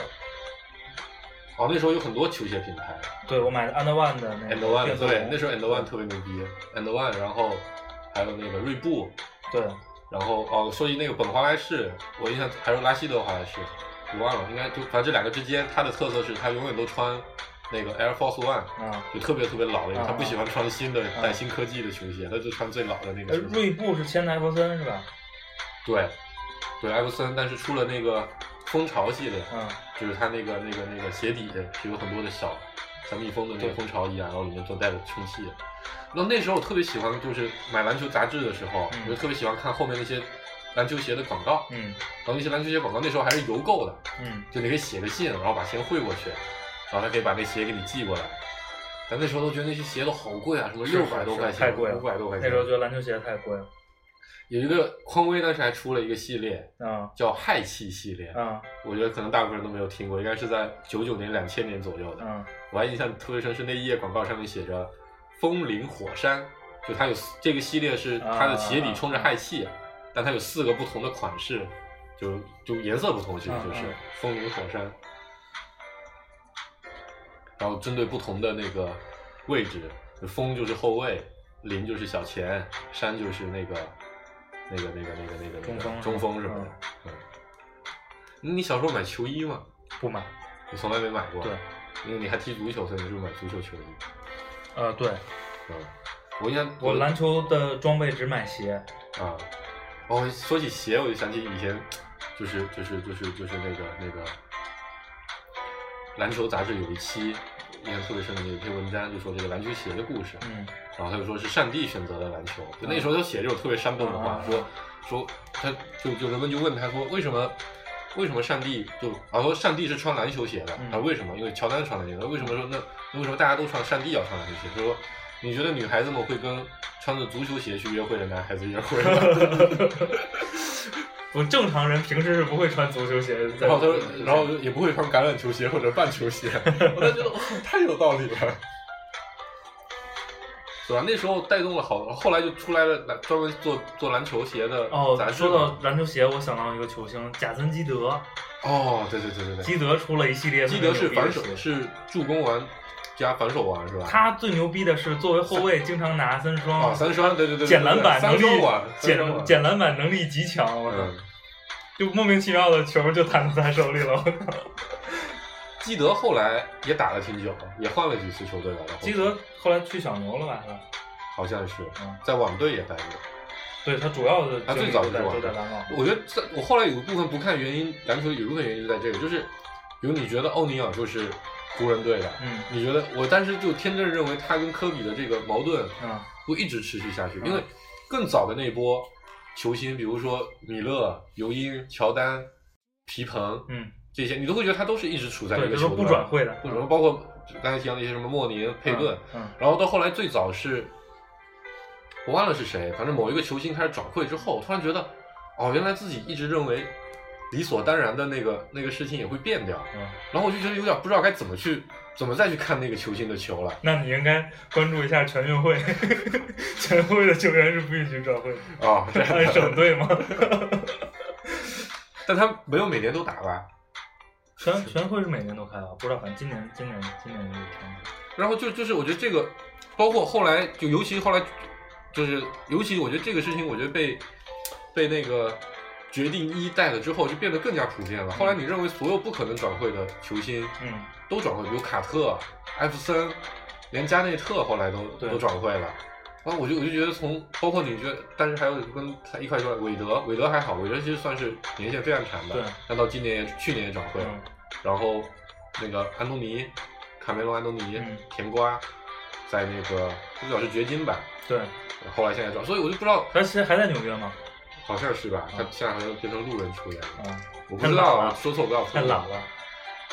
S3: 哦，那时候有很多球鞋品牌
S2: 对我买的 And One 的那
S3: ，And
S2: 个
S3: One，
S2: 变色
S3: 对
S2: 龙，
S3: 那时候 And One 特别牛逼，And One，然后还有那个锐步，
S2: 对
S3: 然后哦，说起那个本华莱士，我印象还有拉希德华莱士，我忘了，应该就反正这两个之间，他的特色是他永远都穿那个 Air Force One，
S2: 啊，
S3: 就特别特别老的一个，
S2: 啊
S3: 他不喜欢穿新的
S2: 啊
S3: 带新科技的球鞋，他就穿最老的那
S2: 呃
S3: 个球鞋。
S2: 锐步是签的艾弗森是吧？
S3: 对，对，艾弗森，但是出了那个蜂巢系列，
S2: 嗯，
S3: 就是他那个那个那个鞋底是有很多的小像蜜蜂的那
S2: 对
S3: 个蜂巢一啊样，然后里面都带着充气。那那时候我特别喜欢，就是买篮球杂志的时候，
S2: 嗯
S3: 我就特别喜欢看后面那些篮球鞋的广告。
S2: 嗯
S3: 然后那些篮球鞋广告那时候还是邮购的，
S2: 嗯，
S3: 就你可以写个信，然后把钱汇过去，然后他可以把那鞋给你寄过来。咱那时候都觉得那些鞋都好贵啊，什么
S2: 是
S3: 六百多
S2: 是
S3: 块
S2: 太
S3: 钱，
S2: 贵了
S3: 五百多块
S2: 那
S3: 钱。
S2: 时候觉得篮球鞋太贵了，
S3: 有一个匡威当时还出了一个系列
S2: 啊
S3: 叫氦气系列，
S2: 啊
S3: 我觉得可能大部分人都没有听过，应该是在九九年、两千年左右的。
S2: 啊
S3: 我还印象特别深是那一页广告上面写着“风林火山”，就它有四这个系列是
S2: 啊
S3: 它的鞋底充着氦气，但它有四个不同的款式，就就颜色不同，其实就是
S2: 嗯嗯
S3: “风林火山”，然后针对不同的那个位置，风就是后卫，林就是小前，山就是那个那个那个那个那个
S2: 中
S3: 那个
S2: 锋
S3: 中锋什么的。嗯，你小时候买球衣吗？
S2: 不买，
S3: 你从来没买过？
S2: 对，
S3: 因为你还踢足球，所以你是买足球球衣。
S2: 呃对
S3: 嗯，我印象
S2: 我篮球的装备只买鞋，
S3: 啊，哦，说起鞋，我就想起以前，就是就是就是就是那个那个篮球杂志有一期，印象特别深的有一篇文章，就说这个篮球鞋的故事。
S2: 嗯
S3: 然后他就说是上帝选择了篮球，就那时候就写这种特别煽动的话
S2: 啊，
S3: 说说他就就人们就问他说为什么为什么上帝就啊说上帝是穿篮球鞋的，
S2: 嗯
S3: 他说为什么？因为乔丹穿篮球鞋，他为什么说那那为什么大家都穿上帝要穿篮球鞋？他说你觉得女孩子们会跟穿着足球鞋去约会的男孩子约会吗？ [laughs]
S2: 我正常人平时是不会穿足球鞋在，
S3: 然后他说，然后也不会穿橄榄球鞋或者半球 [laughs] 鞋，我当时觉得哇太有道理 [laughs] 了，是吧？啊那时候带动了好，后来就出来了篮专门做做篮球鞋的
S2: 哦
S3: 杂，志
S2: 说
S3: 嘛
S2: 到篮球鞋，我想到一个球星贾森基德，
S3: 哦，对对对对对，
S2: 基德出了一系列特
S3: 基
S2: 别
S3: 德
S2: 牛逼
S3: 是
S2: 的
S3: 反手
S2: 鞋
S3: 是助攻王加反手王是吧？
S2: 他最牛逼的是，作为后卫，经常拿三
S3: 啊、
S2: 双，
S3: 三双，对对对，对
S2: 捡篮板能
S3: 三双
S2: 力
S3: 王，三双
S2: 捡
S3: 王
S2: 捡篮板能力极强，我操、
S3: 嗯。
S2: 就莫名其妙的球就弹到他手里
S3: [laughs]
S2: 了。我操！
S3: 基德后来也打了挺久，也换了几次球队吧。然后
S2: 基德后来去小牛了吧？是吧？
S3: 好像是
S2: 嗯
S3: 在网队也待过。
S2: 对他主要的
S3: 他
S2: 精
S3: 最
S2: 力
S3: 早
S2: 都在
S3: 就
S2: 都
S3: 是
S2: 在
S3: 网
S2: 篮网。
S3: 我觉得这我后来有一部分不看原因，篮球有一部分原因就在这个，就是比如你觉得奥尼尔就是湖人队的，
S2: 嗯
S3: 你觉得我当时就天真认为他跟科比的这个矛盾
S2: 嗯
S3: 会一直持续下去，
S2: 嗯
S3: 因为更早的那一波球星，比如说米勒、尤因、乔丹、皮蓬
S2: 嗯，
S3: 这些，你都会觉得他都是一直处在一
S2: 对，
S3: 个
S2: 这都
S3: 球
S2: 不
S3: 队，
S2: 转会的，
S3: 不转会，包括刚才提到那些什么莫宁、佩顿，
S2: 嗯，
S3: 然后到后来最早是，我忘了是谁，反正某一个球星开始转会之后，突然觉得，哦，原来自己一直认为理所当然的那个那个事情也会变掉，
S2: 嗯，嗯
S3: 然后我就觉得有点不知道该怎么去怎么再去看那个球星的球了。
S2: 那你应该关注一下全运会， [laughs] 全运会的球员是不允许转会的，
S3: 哦，
S2: [laughs]
S3: 这
S2: 按
S3: 样，
S2: 省队吗？
S3: 但他没有每年都打吧？
S2: 全全会是每年都开吧？不知道，反正今年今年今年就是全
S3: 然后就就是我觉得这个，包括后来就尤其后来就是尤其我觉得这个事情，我觉得被被那个决定一代了之后，就变得更加普遍了。后来你认为所有不可能转会的球星，
S2: 嗯，
S3: 都转会，比如卡特、艾弗森，连加内特后来都
S2: 对
S3: 都转会了。然后我就我就觉得从包括你觉得，但是还有跟他一块说韦德，韦德还好，韦德其实算是年限非常长的
S2: 对，
S3: 但到今年也去年也转会，
S2: 嗯
S3: 然后那个安东尼，卡梅隆安东尼，
S2: 嗯
S3: 甜瓜，在那个最早是掘金吧，
S2: 对，
S3: 后来现在转，所以我就不知道，
S2: 他现在还在纽约吗？
S3: 好像是吧，
S2: 嗯
S3: 他现在好像变成路人球员了，
S2: 啊，
S3: 我不知
S2: 太
S3: 道
S2: 懒
S3: 啊，
S2: 了
S3: 说错不要错。
S2: 太懒。了。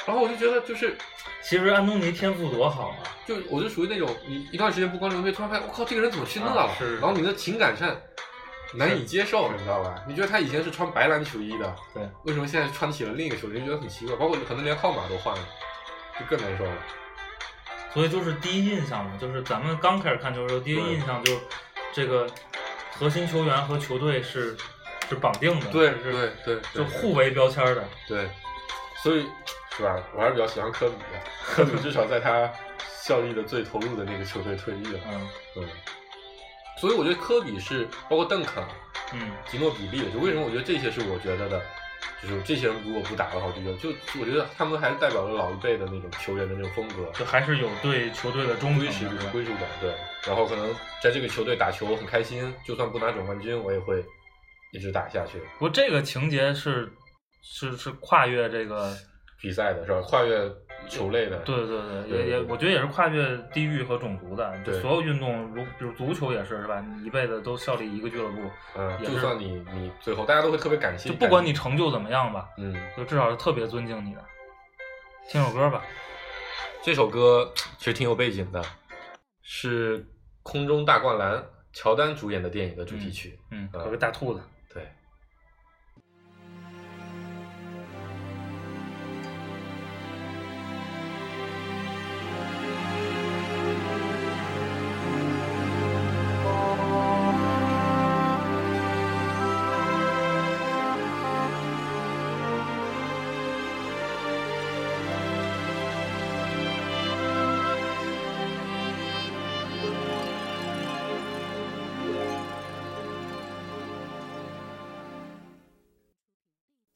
S3: 然后我就觉得就是
S2: 其实安东尼天赋多好啊，
S3: 就我就属于那种你一段时间不关注 NBA，突然发现我靠这个人怎么去那了，
S2: 啊是
S3: 然后你的情感上难以接受，你知道吧？你觉得他以前是穿白蓝球衣的，
S2: 对，
S3: 为什么现在穿起了另一个球衣，就觉得很奇怪，包括可能连号码都换了，就更难受了。
S2: 所以就是第一印象嘛，就是咱们刚开始看球的时候，第一印象就是这个核心球员和球队是是绑定的，
S3: 对
S2: 是
S3: 对对，
S2: 就
S3: 对
S2: 互为标签的。
S3: 对，所以是吧？我还是比较喜欢科比的，科比至少在他效力的最投入的那个球队退役了，
S2: 嗯
S3: 对。所以我觉得科比是包括邓肯，啊
S2: 嗯
S3: 吉诺比利，就为什么我觉得这些是我觉得的，就是这些人如果不打的话，我就觉得就就我觉得他们还是代表了老一辈的那种球员的那种风格，
S2: 就还是有对球队的忠
S3: 归属
S2: 诚
S3: 感、
S2: 的。
S3: 归属感，对。然后可能在这个球队打球很开心，就算不拿总冠军，我也会一直打下去。
S2: 不过这个情节是是是跨越这个，
S3: 比赛的是吧？跨越球类的，
S2: 对对对，
S3: 对
S2: 也也
S3: 对
S2: 我觉得也是跨越地域和种族的。就
S3: 对
S2: 所有运动，如比如足球也是是吧？你一辈子都效力一个俱乐部，
S3: 嗯，
S2: 也
S3: 就是算你你最后大家都会特别感谢，
S2: 就不管你成就怎么样吧，
S3: 嗯，
S2: 就至少是特别尊敬你的。听首歌吧，
S3: 这首歌其实挺有背景的，是《空中大灌篮》乔丹主演的电影的主题曲，
S2: 嗯，
S3: 嗯
S2: 有个大兔子。
S3: 对。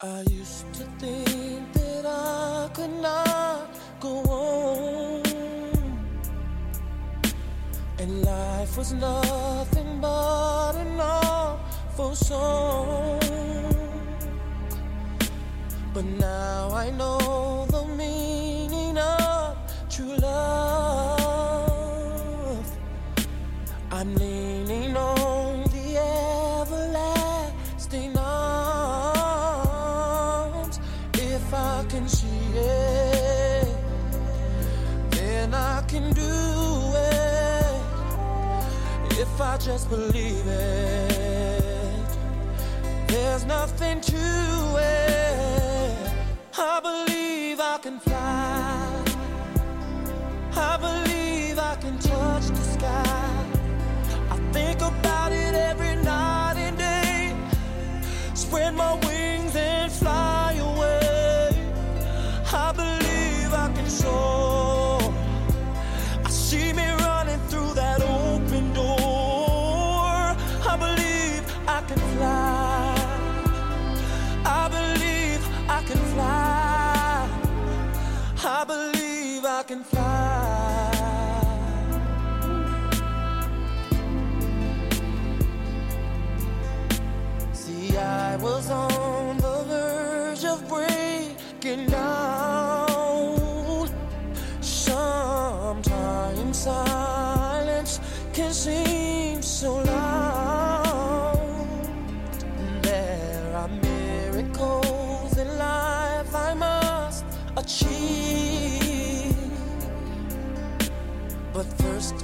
S4: I used to think that I could not go on, and life was nothing but an awful song. But now I know the meaning of true love. I'm leaning on the everlasting arms. If I can see it, then I can do it. If I just believe it, there's nothing to it. I believe I can fly. I believe I can touch the sky. I think about it every night and day. Spread my wings and fly away. I believe I can soar. I see me running through that open door. I believe I can fly. I believe I can fly. I believe I can fly. See, I was on the verge of breaking down. Sometimes silence can seem so loud. There are miracles in life I must achieve.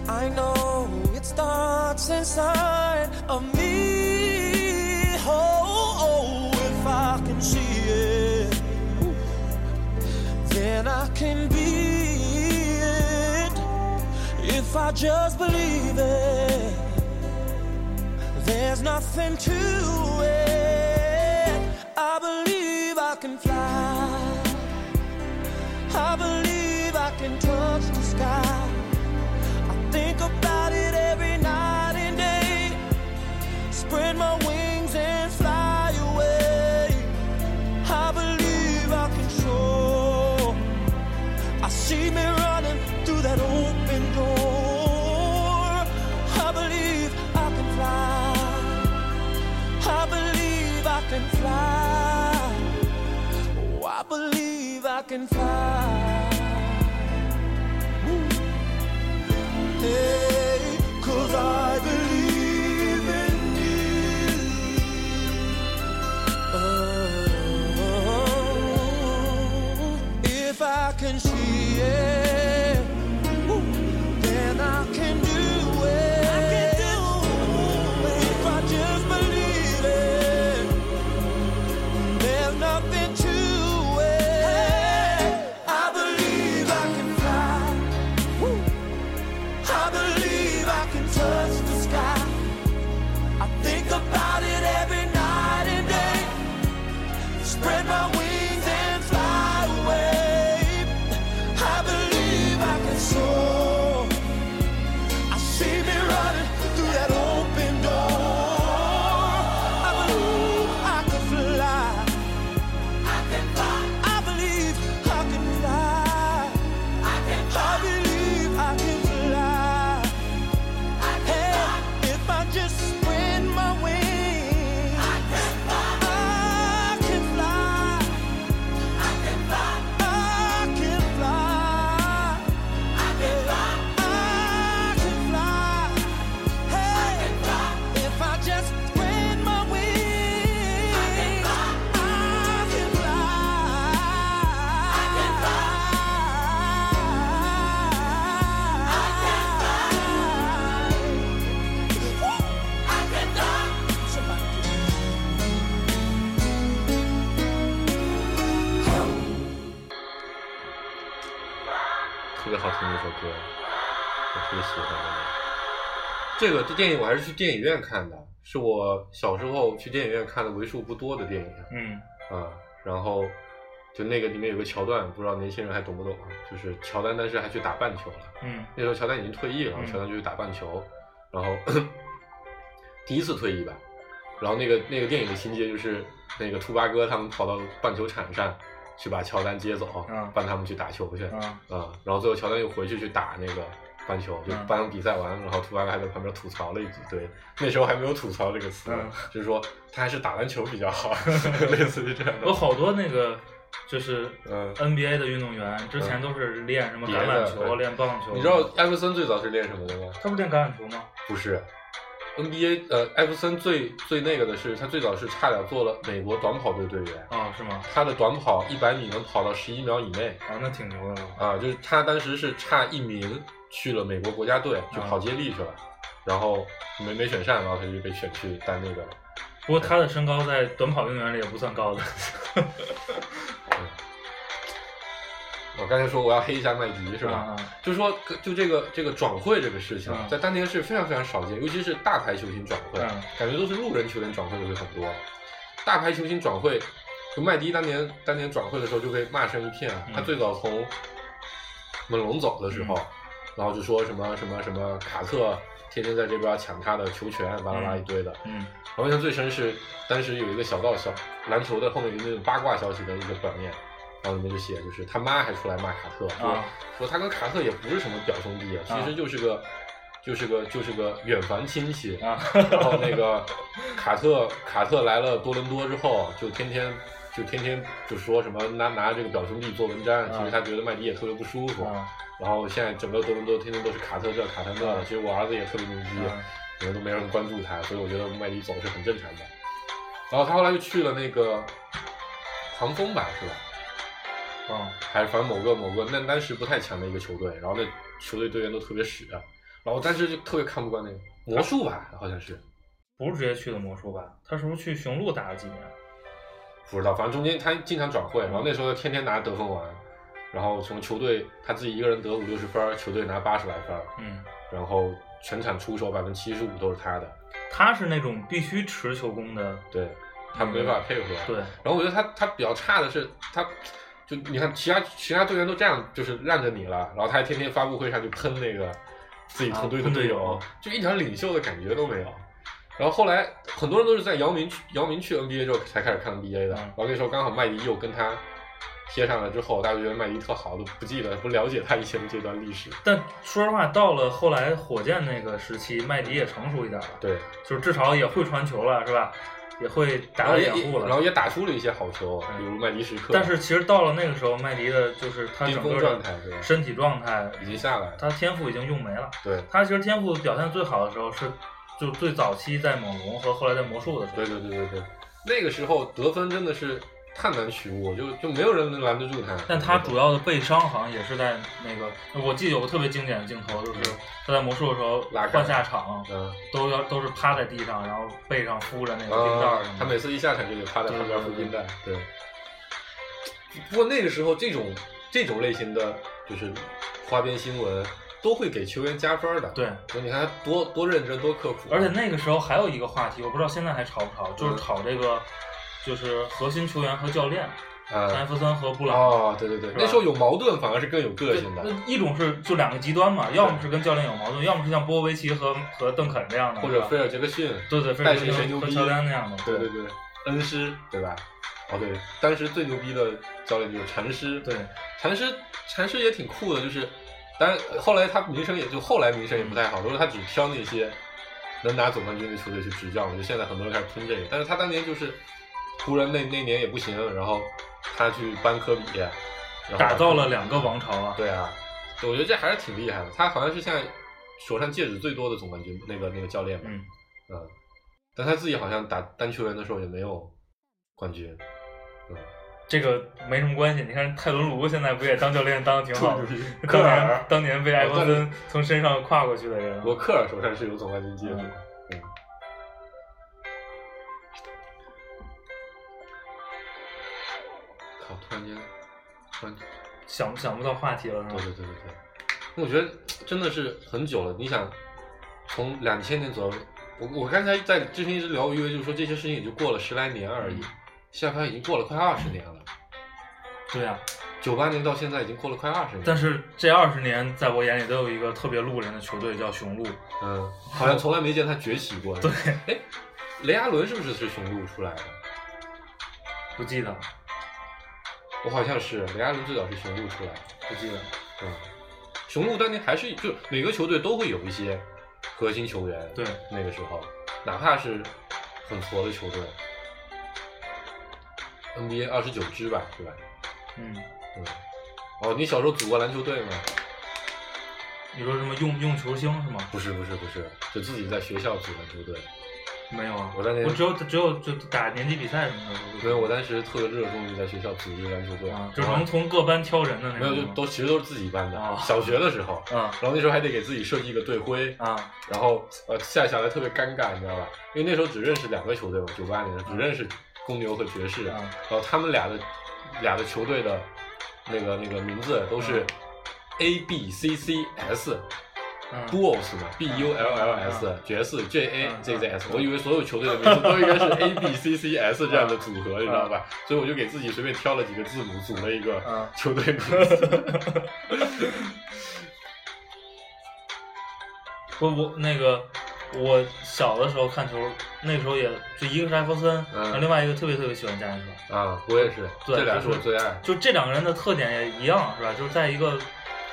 S4: I know it starts inside of me. Oh, oh, if I can see it, then I can be it. If I just believe it, there's nothing to it. I believe I can fly. I believe I can touch the sky. I think about it every night and day. Spread my wings and fly away. I believe I can soar. I see me running through that open door. I believe I can fly. I believe I can fly. Oh, I believe I can fly. Woo. Hey, 'cause I believe in you. Oh, if I can see it, woo, then I can do it. If I just believe it, there's nothing to it. I believe I can fly. Woo. I believe I can touch the sky. I think about it every night and day spread my wings and fly away. I believe I can soar. I see me running through that open door. I believe I can fly. I can fly. I believe I can fly. I can fly. I believe I can fly. I can hey, if I just spread my wings. I can fly. I can fly. I can fly. I can fly. I can fly. Hey, if I just spread my wings, I can fly. I can fly. I can fly. Somebody give me
S3: 特别好听的一首歌，我特别喜欢的。这个这电影我还是去电影院看的，是我小时候去电影院看的为数不多的电影
S2: 嗯，
S3: 啊。然后就那个里面有个桥段，不知道年轻人还懂不懂啊？就是乔丹当时还去打棒球了。
S2: 嗯，
S3: 那时候乔丹已经退役了，
S2: 嗯
S3: 乔丹就去打棒球，然后第一次退役吧。然后那个那个电影的情节就是那个兔八哥他们跑到棒球场上去把乔丹接走，
S2: 嗯
S3: 帮他们去打球去。
S2: 啊，
S3: 啊、然后最后乔丹又回去去打那个棒球，就
S2: 嗯
S3: 半场比赛完，然后图巴克还在旁边吐槽了一堆，那时候还没有“吐槽”这个词，啊
S2: 嗯
S3: 就是说他还是打篮球比较 [laughs] 好，类似于这样
S2: 有
S3: 的。
S2: 好多那个就是
S3: 嗯，
S2: NBA 的运动员之前都是练什么橄榄
S3: 别的
S2: 球、练棒球，
S3: 你知道艾弗森最早是练什么的吗？
S2: 他不是练橄榄球吗？
S3: 嗯不是，NBA 呃，艾弗森最最那个的是他最早是差点做了美国短跑队队员，
S2: 啊，是吗？
S3: 他的短跑一百米能跑到十一秒以内
S2: 啊，那挺牛的了。
S3: 啊、就是他当时是差一名去了美国国家队，去
S2: 嗯
S3: 跑接力去了。然后没没选上，然后他就被选去当那个
S2: 不过他的身高在短跑运动员里也不算高的。
S3: 我刚才说我要黑一下麦迪是
S2: 啊
S3: 吧？就说就这个这个转会这个事情，
S2: 嗯
S3: 在当年是非常非常少见，尤其是大牌球星转会，
S2: 嗯
S3: 感觉都是路人球员转会的会很多。大牌球星转会，就麦迪当年当年转会的时候就被骂声一片啊。
S2: 嗯
S3: 他最早从猛龙走的时候，
S2: 嗯
S3: 然后就说什么什么什么卡特天天在这边抢他的球权，巴拉巴拉一堆的。
S2: 嗯
S3: 我印象最深是当时有一个小道消篮球的后面有那种八卦消息的一个版面，然后里面就写就是他妈还出来骂卡特，说、
S2: 啊
S3: 说他跟卡特也不是什么表兄弟，
S2: 啊
S3: 其实就是个、就是个就是个远房亲戚。
S2: 啊，
S3: [laughs] 然后
S2: [laughs]
S3: 那个卡特卡特来了多伦多之后，就天天就天天就说什么拿拿这个表兄弟做文章，
S2: 啊
S3: 其实他觉得麦迪也特别不舒服。
S2: 啊
S3: 然后现在整个多伦多天天都是卡特这卡特那，
S2: 啊
S3: 其实我儿子也特别牛逼。
S2: 啊
S3: 可能都没有人关注他，所以我觉得麦迪走是很正常的。然后他后来又去了那个狂风吧，是吧？
S2: 啊
S3: 还是反正某个某个那当时不太强的一个球队，然后那球队队员都特别屎，啊然后但是就特别看不惯那个魔术吧，好像是
S2: 不是直接去的魔术吧？他是不是去雄鹿打了几年？
S3: 不知道，反正中间他经常转会，然后那时候天天拿得分王，然后从球队他自己一个人得五六十分儿，球队拿八十来分儿，
S2: 嗯，
S3: 然后全场出手百分之七十五都是他的，
S2: 他是那种必须持球攻的，
S3: 对他没法配合。
S2: 对，
S3: 然后我觉得他他比较差的是他。就你看，其他其他队员都这样，就是让着你了，然后他还天天发布会上去喷那个自己同队的
S2: 啊
S3: 队
S2: 喷队
S3: 友，
S2: 友
S3: 就一点领袖的感觉都没有。然后后来很多人都是在姚明去姚明去 NBA 之后才开始看 NBA 的，
S2: 嗯
S3: 然后那时候刚好麦迪又跟他贴上了之后，大家觉得麦迪特好，都不记得不了解他以前的这段历史。
S2: 但说实话，到了后来火箭那个时期，麦迪也成熟一点了，
S3: 对，
S2: 就是至少也会传球了，是吧？也会
S3: 然
S2: 打
S3: 后
S2: 到
S3: 也
S2: 掩护
S3: 然后
S2: 了。
S3: 也打出了一些好球，
S2: 嗯
S3: 比如麦迪时刻，
S2: 但是其实到了那个时候，麦迪的就是他
S3: 巅
S2: 整
S3: 峰
S2: 个的
S3: 状态对吧？
S2: 身体状态，
S3: 已经下来了，
S2: 他天赋已经用没了。
S3: 对
S2: 他其实天赋表现最好的时候是，就最早期在猛龙和后来在魔术的时候
S3: 对。对对对对，那个时候得分真的是太难取物，就就没有人能拦得住他。
S2: 但他主要的背伤好像也是在那个，我记得有个特别经典的镜头，就是他在魔术的时候
S3: 嗯拉开
S2: 换下场，
S3: 嗯，
S2: 都要都是趴在地上，然后背上敷着那个冰袋
S3: 啊
S2: 儿什么的。
S3: 他每次一下场就得趴在旁边扶冰袋。对。不过那个时候，这种这种类型的就是花边新闻，都会给球员加分儿的。，
S2: 对，
S3: 你看他多多认真，多刻苦。啊
S2: 而且那个时候还有一个话题，我不知道现在还吵不吵，
S3: 嗯
S2: 就是吵这个，就是核心球员和教练，艾
S3: 啊，
S2: 弗森和布朗。
S3: 哦，对对对
S2: 是，吧
S3: 那时候有矛盾反而是更有个
S2: 对
S3: 性，的
S2: 那，一种是就两个极端嘛，要么是跟教练有矛盾，要么是像波波维奇和和邓肯这样的，
S3: 或
S2: 是
S3: 者
S2: 吧
S3: 菲尔杰克逊。
S2: 对对，菲
S3: 戴
S2: 尔杰
S3: 谁谁牛
S2: 克和
S3: 逼
S2: 乔丹那样的，
S3: 对对对，恩师对吧？哦对，当时最牛逼的教练就是禅师。
S2: 对，
S3: 禅师禅师也挺酷的，就是，当然呃后来他名声也就后来名声也不太好，都是他只挑那些能拿总冠军的球队去执教嘛。就现在很多人开始喷这个，但是他当年就是湖人那那年也不行，然后他去搬科比，然后
S2: 打造了两个王朝啊。
S3: 对啊，我觉得这还是挺厉害的。他好像是现在手上戒指最多的总冠军那个那个教练吧，
S2: 嗯，
S3: 嗯，但他自己好像打单球员的时候也没有冠军，，
S2: 这个没什么关系。你看泰伦卢现在不也当教练当的挺好的当
S3: 科尔哦
S2: 年当年被艾弗森从身上跨过去的人，啊
S3: 罗克尔手上是有总冠军戒指的。嗯。靠！突然间，突然间，
S2: 想想不到话题了是
S3: 对
S2: 吧？
S3: 对对对对，那我觉得真的是很久了。你想，从两千年左右，我我刚才在之前一直聊约，就是说这些事情也就过了十来年而已
S2: 嗯，
S3: 现在发现已经过了快二十年了。
S2: 对呀、
S3: 九八年到现在已经过了快二十年，
S2: 但是这二十年在我眼里都有一个特别路人的球队叫雄鹿，
S3: 嗯，好像从来没见他崛起过。对，哎，雷阿伦是不是是雄鹿出来的？
S2: 不记得了，
S3: 我好像是雷阿伦最早是雄鹿出来的，
S2: 不记得了。
S3: 嗯，雄鹿当年还是就每个球队都会有一些核心球员，
S2: 对，
S3: 那个时候，哪怕是很挫的球队，NBA 二十九支吧，是吧？
S2: 嗯，
S3: 嗯，哦，你小时候组过篮球队吗？
S2: 你说什么用用球星是吗？
S3: 不是，不是，不是，就自己在学校组篮球队。
S2: 没有啊，
S3: 我在那
S2: 只有只有就打年级比赛什么的时候会，
S3: 没有，我当时特别热衷于在学校组织篮球队，
S2: 啊，就是能从各班挑人的那
S3: 没
S2: 种
S3: 有
S2: 吗。
S3: 就都其实都是自己班的，
S2: 啊
S3: 小学的时候，
S2: 嗯
S3: 然后那时候还得给自己设计一个队徽，
S2: 啊，
S3: 然后呃下下来特别尴尬，你知道吧？因为那时候只认识两个球队嘛，九八年只认识公牛和爵士，
S2: 嗯
S3: 然后他们俩的俩的球队的那个那个名字都是
S2: 嗯
S3: A B C C S。
S2: 嗯
S3: Bulls 嘛，B U L L S，
S2: 嗯
S3: 爵士 J A
S2: 嗯
S3: J Z S，
S2: 嗯
S3: 我以为所有球队的名字都应该是 A B C C S 这样的组合，你知道
S2: 啊
S3: 吧？所以我就给自己随便挑了几个字母，组了一个
S2: 嗯
S3: 球队名字。 [laughs]
S2: 我我那个我小的时候看球，那时候也就一个是艾弗森，
S3: 嗯
S2: 然后另外一个特别特别喜欢加内特，
S3: 啊，我也是，
S2: 对
S3: 这俩
S2: 就是
S3: 是我最爱。
S2: 就这两个人的特点也一样，是吧？就是在一个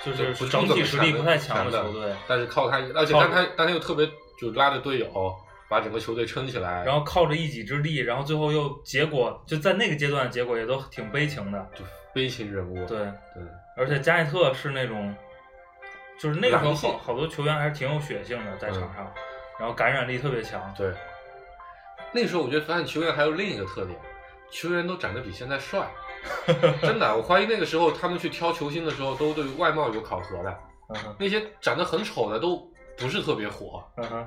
S2: 就
S3: 对
S2: 是
S3: 不是
S2: 整
S3: 怎
S2: 体
S3: 么
S2: 实力
S3: 强
S2: 不
S3: 的
S2: 太强的球队，
S3: 但是靠他，而且
S2: 靠
S3: 但他但他又特别就拉着队友把整个球队撑起来，
S2: 然后靠着一己之力，然后最后又结果就在那个阶段的结果也都挺悲情的，
S3: 就悲情人物。
S2: 对。
S3: 对
S2: 而且加内特是那种，就是那个时候
S3: 狼性
S2: 好好多球员还是挺有血性的，在
S3: 嗯
S2: 场上，然后感染力特别强。
S3: 对，那时候我觉得发现球员还有另一个特点，球员都长得比现在
S2: [laughs]
S3: 帅。真的，我怀疑那个时候他们去挑球星的时候，都对外貌有考核的。
S2: 嗯哼
S3: 那些长得很丑的都不是特别火，
S2: 嗯哼，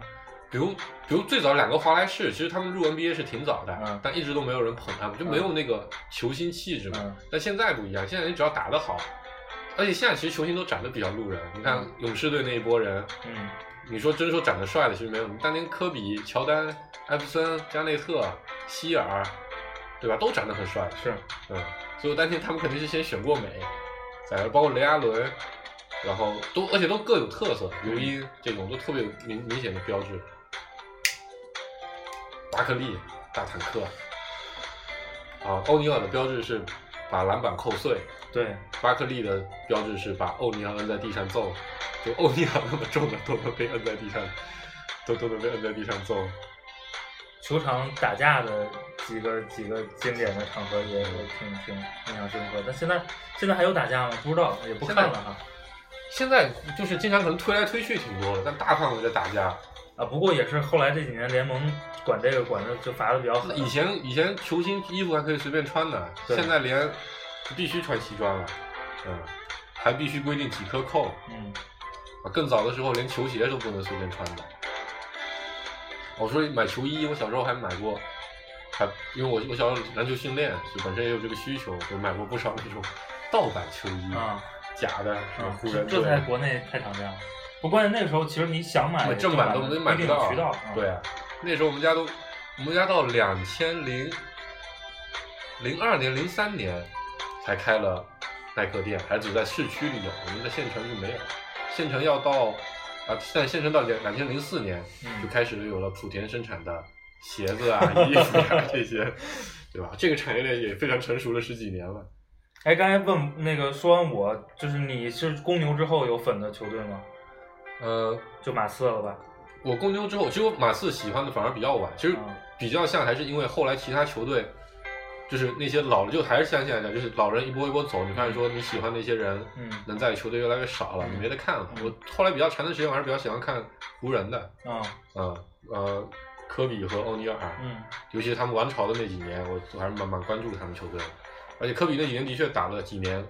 S3: 比如比如最早两个华莱士，其实他们入 NBA 是挺早的，
S2: 嗯
S3: 但一直都没有人捧他们，就没有那个球星气质嘛。
S2: 嗯
S3: 但现在不一样，现在你只要打得好，而且现在其实球星都长得比较路人。你看
S2: 嗯
S3: 勇士队那一波人，
S2: 嗯
S3: 你说真说长得帅的，其实没有。但连科比、乔丹、艾弗森、加内特、希尔，对吧，都长得很帅。
S2: 是，
S3: 嗯，所以我担心他们肯定是先选过美，再包括雷阿伦，然后都而且都各有特色，尤因这种都特别有明明显的标志。巴克利大坦克，啊，奥尼尔的标志是把篮板扣碎，
S2: 对，
S3: 巴克利的标志是把欧尼尔摁在地上揍，就欧尼尔那么重的都能被摁在地上，都都能被摁在地上揍。
S2: 球场打架的几个几个经典的场合也也挺挺印象深刻。但现在现在还有打架吗？不知道，也不看了哈。
S3: 现在就是经常可能推来推去挺多的，但大范围的打架，
S2: 啊，不过也是后来这几年联盟管这个管的就罚的比较狠。
S3: 哦以前以前球星衣服还可以随便穿的，
S2: 对
S3: 现在连必须穿西装了，嗯，还必须规定几颗扣。
S2: 嗯
S3: 啊更早的时候连球鞋都不能随便穿的。我说买球衣，我小时候还买过，还因为我我小时候篮球训练，就本身也有这个需求，就买过不少那种盗版球衣，
S2: 啊
S3: 假的，什么
S2: 啊，
S3: 湖
S2: 这
S3: 人
S2: 这在
S3: 队，
S2: 国内太常见了。不过关键那个时候其实你想买
S3: 买正版
S2: 版
S3: 都
S2: 的
S3: 没
S2: 不
S3: 买
S2: 一定
S3: 不
S2: 有
S3: 到
S2: 渠道。啊
S3: 对，那时候我们家都，我们家到两千零零二年、零三年才开了耐克店，还只在市区里有，我们在县城就没有。县城要到啊，在县城到两两千零四年
S2: 嗯
S3: 就开始有了莆田生产的鞋子
S2: [laughs]
S3: 啊、衣服啊这些，对吧？这个产业链也非常成熟了十几年了。
S2: 哎，刚才问那个说完我，就是你是公牛之后有粉的球队吗？
S3: 呃，
S2: 就马刺了吧？
S3: 我公牛之后，其实我马刺喜欢的反而比较晚，其实
S2: 嗯
S3: 比较像还是因为后来其他球队，就是那些老就还是像现在讲，就是老人一波一波走，你发现说你喜欢那些人，
S2: 嗯
S3: 能在球队越来越少了，
S2: 嗯
S3: 你没得看了。
S2: 嗯
S3: 我后来比较长的时间，我还是比较喜欢看湖人的，
S2: 啊
S3: 啊、呃，科比和奥尼尔，
S2: 嗯
S3: 尤其是他们王朝的那几年，我我还是蛮蛮关注他们球队的。而且科比那几年的确打了几年，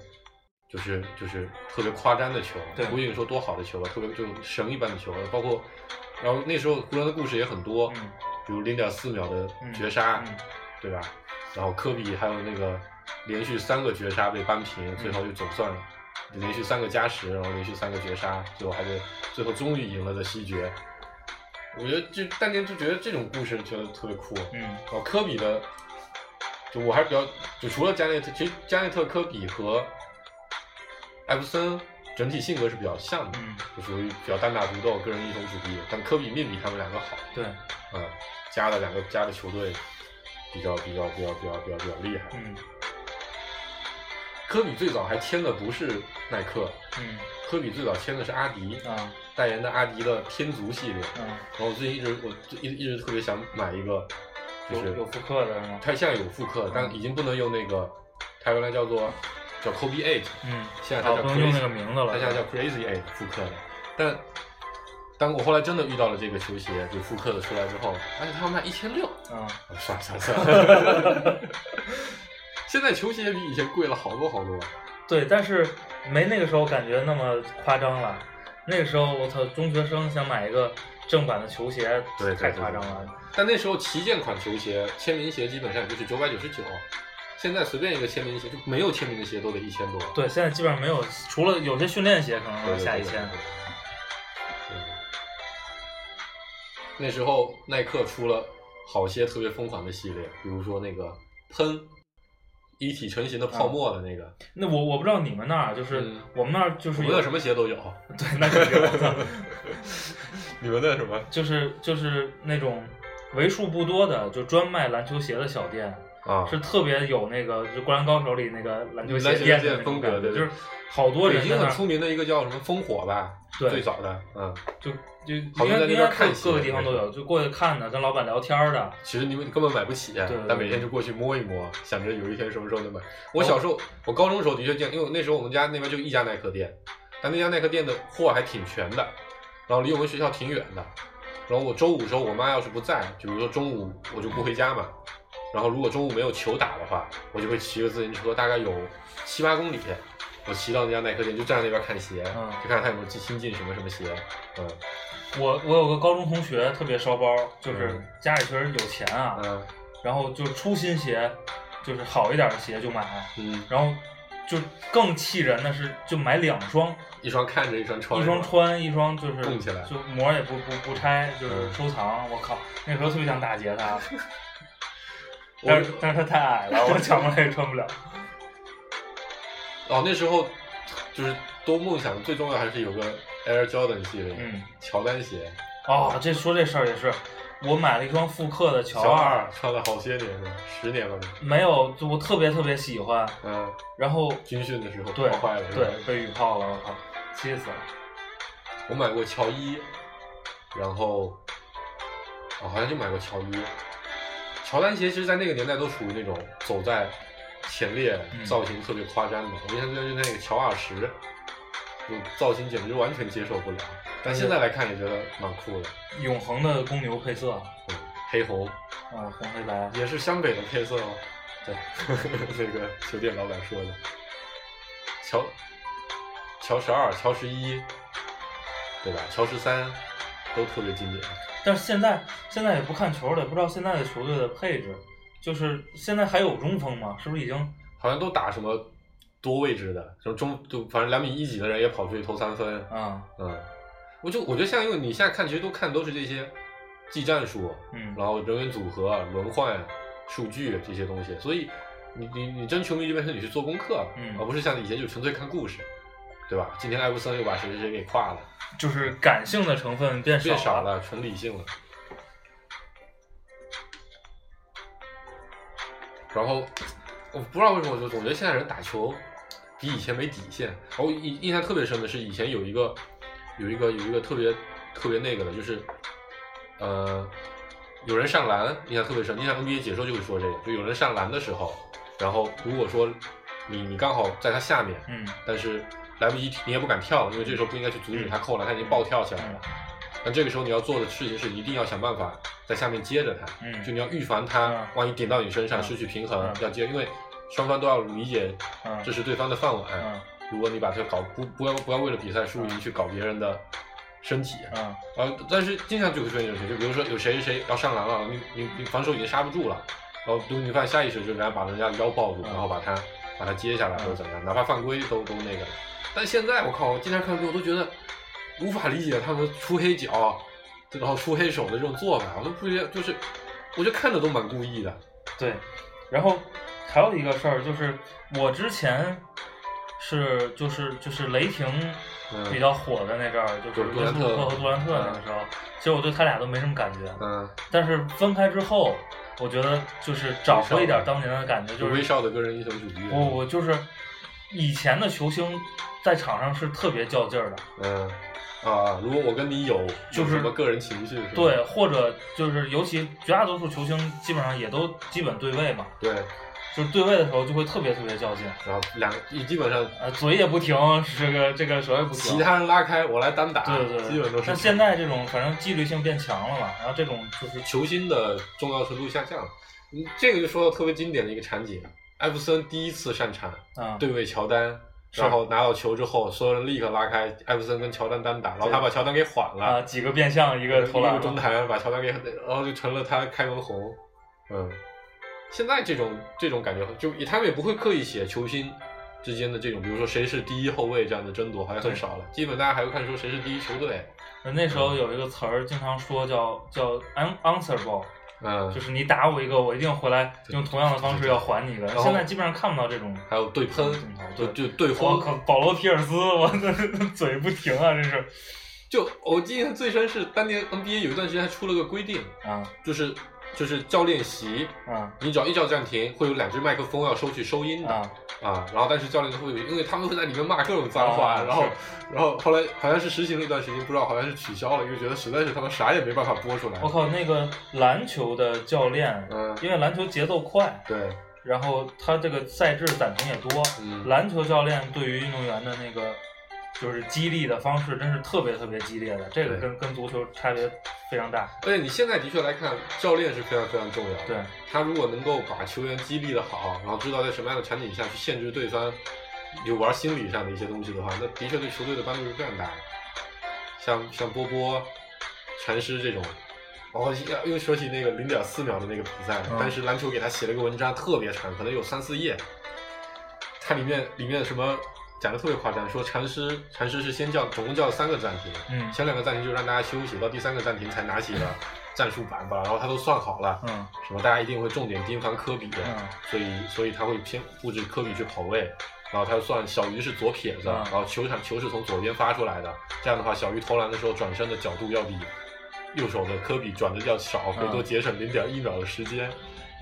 S3: 就是就是特别夸张的球
S2: 对，
S3: 不一定说多好的球吧，特别就是神一般的球，包括然后那时候湖人的故事也很多，
S2: 嗯
S3: 比如零点四秒的
S2: 嗯
S3: 绝杀，
S2: 嗯
S3: 对吧？然后科比还有那个连续三个绝杀被扳平，最
S2: 嗯
S3: 后就总算连续三个加时，然后连续三个绝杀，最后还是最后终于赢了的西决。我觉得就当年就觉得这种故事觉得特别酷，
S2: 嗯
S3: 哦，科比的，就我还是比较，就除了加内特，其实加内特、科比和艾弗森整体性格是比较像的，
S2: 嗯，
S3: 就属于比较单打独斗、个人英雄主义。但科比命比他们两个好，
S2: 对，
S3: 嗯，加了两个加的球队比较比较比较比较比较比较厉害。
S2: 嗯
S3: 科比最早还签的不是耐克，
S2: 嗯
S3: 科比最早签的是阿迪，
S2: 啊
S3: 代言的阿迪的天足系列。
S2: 嗯，
S3: 然后我最近一直我就一一直特别想买一个，就
S2: 有
S3: 是
S2: 有复刻的是吗？
S3: 它现在有复刻，
S2: 嗯
S3: 但已经不能用那个，它原来叫做叫 Kobe Eight，
S2: 嗯，
S3: 现在它
S2: 哦，
S3: 叫
S2: 不能用那个
S3: Crazy，
S2: 名字了。
S3: 它现在叫 Crazy Eight 复刻的。但当我后来真的遇到了这个球鞋，就复刻的出来之后，而且它要卖一千六，
S2: 嗯，
S3: 我算了算
S2: [laughs]
S3: 了算了。 [laughs] 现在球鞋比以前贵了好多好多，
S2: 对，但是没那个时候感觉那么夸张了。那个时候我操，中学生想买一个正版的球鞋，
S3: 对对对
S2: 太夸张了。
S3: 但那时候旗舰款球鞋、签名鞋基本上也就是九百九十九，现在随便一个签名鞋就没有签名的鞋都得一千多。
S2: 对，现在基本上没有，除了有些训练鞋可能
S3: 对
S2: 要下一千。。
S3: 对对对对对那时候耐克出了好些特别疯狂的系列，比如说那个喷一体成型的泡沫的
S2: [laughs]
S3: 那个，
S2: 那我我不知道你们那儿，就是、
S3: 嗯
S2: 我们那儿就是
S3: 我们
S2: 有
S3: 的什么鞋都有。
S2: 对，那肯定我操，
S3: 你们的什么？
S2: [laughs] 就是就是那种为数不多的就专卖篮球鞋的小店，
S3: 啊，
S2: 是特别有那个就《灌篮高手》里那个篮球
S3: 篮
S2: 鞋
S3: 球
S2: 店
S3: 鞋
S2: 的那种
S3: 风格
S2: 感觉
S3: 对对
S2: 就是好多人
S3: 北
S2: 在
S3: 京
S2: 那
S3: 很
S2: 儿
S3: 出名的一个叫什么烽火吧，最
S2: 对，
S3: 早的，嗯，
S2: 就就
S3: 好
S2: 应
S3: 多
S2: 该
S3: 在那
S2: 应
S3: 边
S2: 该
S3: 看
S2: 各
S3: 鞋
S2: 各个地方都
S3: 那
S2: 有，就过去看的，跟老板聊天儿的。
S3: 其实你们根本买不起，啊
S2: 对对哦
S3: 但每天就过去摸一摸，想着有一天什么时候能买。我小时候，我高中的时候的确见，因为我那时候我们家那边就一家耐克店，但那家耐克店的货还挺全的，然后离我们学校挺远的。然后我周五时候我妈要是不在，比如说中午我就不回家嘛，然后如果中午没有球打的话，我就会骑个自行车，大概有七八公里，我骑到那家耐克店，就站在那边看鞋，
S2: 嗯
S3: 就看他有没有新进什么什么鞋。嗯
S2: 我我有个高中同学特别烧包，就是
S3: 嗯
S2: 家里确实有钱啊，
S3: 嗯
S2: 然后就出新鞋，就是好一点的鞋就买，
S3: 嗯，
S2: 然后就更气人的是就买两双，
S3: 一双看着，一双穿，
S2: 一双，穿，一双就是
S3: 供起来
S2: 就膜也不不不拆，就是
S3: 嗯
S2: 收藏。我靠，那时候特别想打劫他，
S3: 我
S2: 但是但是他太矮了，我抢过来也穿不了。
S3: 哦，那时候就是都梦想最重要还是有个 Air Jordan 系列，
S2: 嗯，
S3: 乔丹鞋，
S2: [laughs] 哦，这说这事儿也是，我买了一双复刻的
S3: 乔
S2: 乔二，
S3: 二穿了好些年了，十年了吧，
S2: 没有，就我特别特别喜欢，
S3: 嗯，
S2: 然后
S3: 军训的时候
S2: 对
S3: 破坏了，是吧
S2: 对被雨泡了，我靠，气死了。
S3: 我买过乔一，然后啊，好像就买过乔一。乔丹鞋其实，在那个年代都属于那种走在前列
S2: 嗯，
S3: 造型特别夸张的。我印象就是那个乔二十，就造型简直完全接受不了。但现在来看也觉得蛮酷的，
S2: 永恒的公牛配色，
S3: 嗯，黑红
S2: 啊，红黑白，
S3: 也是湘北的配色哦。对， [laughs] 那个酒店老板说的。乔乔十二、乔十一，对吧？乔十三都特别经典。
S2: 但是现在现在也不看球了，也不知道现在的球队的配置，就是现在还有中锋吗？是不是已经
S3: 好像都打什么多位置的，什么中就反正两米一几的人也跑出去投三分。
S2: 啊
S3: 嗯，我就我觉得现在因为你现在看其实都看都是这些技战术，
S2: 嗯
S3: 然后人员组合、轮换、数据这些东西，所以你你你真球迷就变成你去做功课，
S2: 嗯
S3: 而不是像以前就纯粹看故事，对吧？今天艾弗森又把谁谁谁给跨了，
S2: 就是感性的成分变
S3: 变
S2: 少
S3: 少了，纯理性了。然后我不知道为什么，我就总觉得现在人打球比以前没底线。然后印印象特别深的是，以前有一个有一个有一个特别特别那个的，就是呃，有人上篮，印象特别深。印象 NBA 解说就会说这个，就有人上篮的时候，然后如果说你你刚好在他下面，
S2: 嗯
S3: 但是来不及停，你也不敢跳，因为这时候不应该去阻止他扣篮，他已经暴跳起来了。那这个时候你要做的事情是，一定要想办法在下面接着他，
S2: 嗯
S3: 就你要预防他
S2: 嗯
S3: 万一顶到你身上
S2: 嗯
S3: 失去平衡，
S2: 嗯
S3: 要接，因为双方都要理解
S2: 嗯
S3: 这是对方的饭碗。
S2: 嗯
S3: 如果你把他搞不不要不要为了比赛输赢去搞别人的身体，
S2: 嗯
S3: 啊，但是经常就会出现这种情况，就比如说有谁谁要上篮了，你你你防守已经杀不住了，然后你发现下意识就人家把人家腰抱住，
S2: 嗯
S3: 然后把他把他接下来
S2: 嗯
S3: 或者怎么样，哪怕犯规都都那个。但现在我靠，我经常看球我都觉得无法理解他们出黑脚，然后出黑手的这种做法，我都不觉得就是，我就看着都蛮故意的。嗯
S2: 对，然后还有一个事儿就是我之前是就是就是雷霆
S3: 嗯
S2: 比较火的那阵儿，就是
S3: 杜
S2: 维
S3: 兰
S2: 斯布鲁
S3: 特
S2: 克和杜兰特那个时候，其实我对他俩都没什么感觉，
S3: 嗯，
S2: 但是分开之后，我觉得就是找回一点
S3: 威少
S2: 当年的感觉，
S3: 就
S2: 就是
S3: 威少的个人英雄主义。
S2: 我我就是以前的球星在场上是特别较劲儿的，
S3: 嗯啊，如果我跟你有
S2: 就是
S3: 有什么个人情绪，是吧
S2: 对，或者就是尤其绝大多数球星基本上也都基本对位嘛，
S3: 对。
S2: 就是对位的时候就会特别特别较劲，
S3: 然后两一基本上
S2: 呃，嘴也不停， [laughs] 这个这个手也不停。
S3: 其他人拉开，我来单打，
S2: 对对对，
S3: 基本都是。
S2: 那现在这种反正纪律性变强了嘛，然后这种就是
S3: 球星的重要程度下降了，嗯，这个就说到特别经典的一个场景，艾弗森第一次上场
S2: 啊，
S3: 对位乔丹，
S2: 是
S3: 然后拿到球之后，所有人立刻拉开，艾弗森跟乔丹单打，然后他把乔丹给缓
S2: 啊
S3: 了，
S2: 几个变向一个投
S3: 一
S2: 篮
S3: 个中
S2: 嘛，
S3: 弹把乔丹给，然后就成了他开门红，嗯，现在这种这种感觉，就他们也不会刻意写球星。之间的这种，比如说谁是第一后卫这样的争夺，好像
S2: 对
S3: 很少了。基本大家还会看说谁是第一球队，
S2: 那时候有一个词儿经常说叫叫 un answerable，
S3: 嗯，
S2: 就是你打我一个，我一定回来用同样的方式要还你一个。
S3: 然后
S2: 现在基本上看不到这种。
S3: 还有对喷
S2: 镜头，
S3: 就
S2: 哦对
S3: 就对
S2: 我
S3: 轰，
S2: 靠，保罗·皮尔斯，我的 [laughs] 嘴不停啊，这是
S3: 就我印象最深是当年 NBA 有一段时间还出了个规定，
S2: 啊
S3: 就是就是教练席，
S2: 啊
S3: 你只要一叫暂停，会有两只麦克风要收去收音的
S2: 啊！
S3: 啊然后但是教练会因为他们会在里面骂各种脏话，
S2: 啊
S3: 然后然后后来好像是实行了一段时间，不知道好像是取消了，因为觉得实在是他们啥也没办法播出来
S2: 我。靠，那个篮球的教练，
S3: 嗯，
S2: 因为篮球节奏快，
S3: 对，
S2: 然后他这个赛制暂停也多，
S3: 嗯，
S2: 篮球教练对于运动员的那个就是激励的方式，真是特别特别激烈的，这个
S3: 对
S2: 跟跟足球差别非常大。
S3: 而且你现在的确来看，教练是非常非常重要的。
S2: 对，
S3: 他如果能够把球员激励的好，然后知道在什么样的场景下去限制对方有玩心理上的一些东西的话，那的确对球队的帮助是非常大的。像像波波、禅师这种，哦，又又说起那个零点四秒的那个比赛，
S2: 嗯
S3: 当时篮球给他写了一个文章，特别长，可能有三四页。它里面里面什么讲的特别夸张，说禅师禅师是先叫总共叫了三个暂停，
S2: 嗯
S3: 前两个暂停就让大家休息，到第三个暂停才拿起了战术板吧，然后他都算好了，
S2: 嗯
S3: 什么大家一定会重点盯防科比，
S2: 嗯
S3: 所以所以他会偏布置科比去跑位，然后他算小鱼是左撇子，
S2: 嗯
S3: 然后球场球是从左边发出来的，这样的话小鱼投篮的时候转身的角度要比右手的科比转的要少，可以多
S2: 嗯
S3: 节省零点一秒的时间，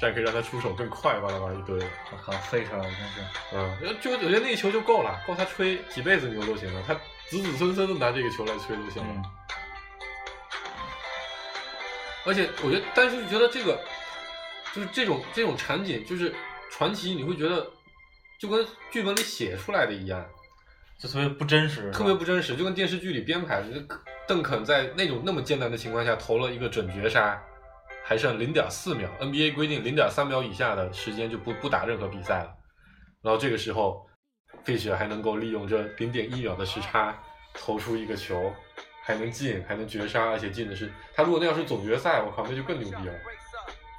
S3: 这样可以让他出手更快，巴拉巴拉一堆。
S2: 我靠，废球真是，
S3: 嗯，就我觉得那个球就够了，够他吹几辈子牛都行了，他子子孙孙都拿这个球来吹都行了。
S2: 嗯
S3: 而且我觉得，但是觉得这个就是这种这种场景，就是传奇，你会觉得就跟剧本里写出来的一样，
S2: 就特别不真实，
S3: 特别不真实，就跟电视剧里编排的。就邓肯在那种那么艰难的情况下投了一个准绝杀，还剩零点四秒，NBA 规定零点三秒以下的时间就不不打任何比赛了。然后这个时候，费雪还能够利用这零点一秒的时差投出一个球，还能进，还能绝杀，而且进的是他如果那要是总决赛，我靠，那就更牛逼了。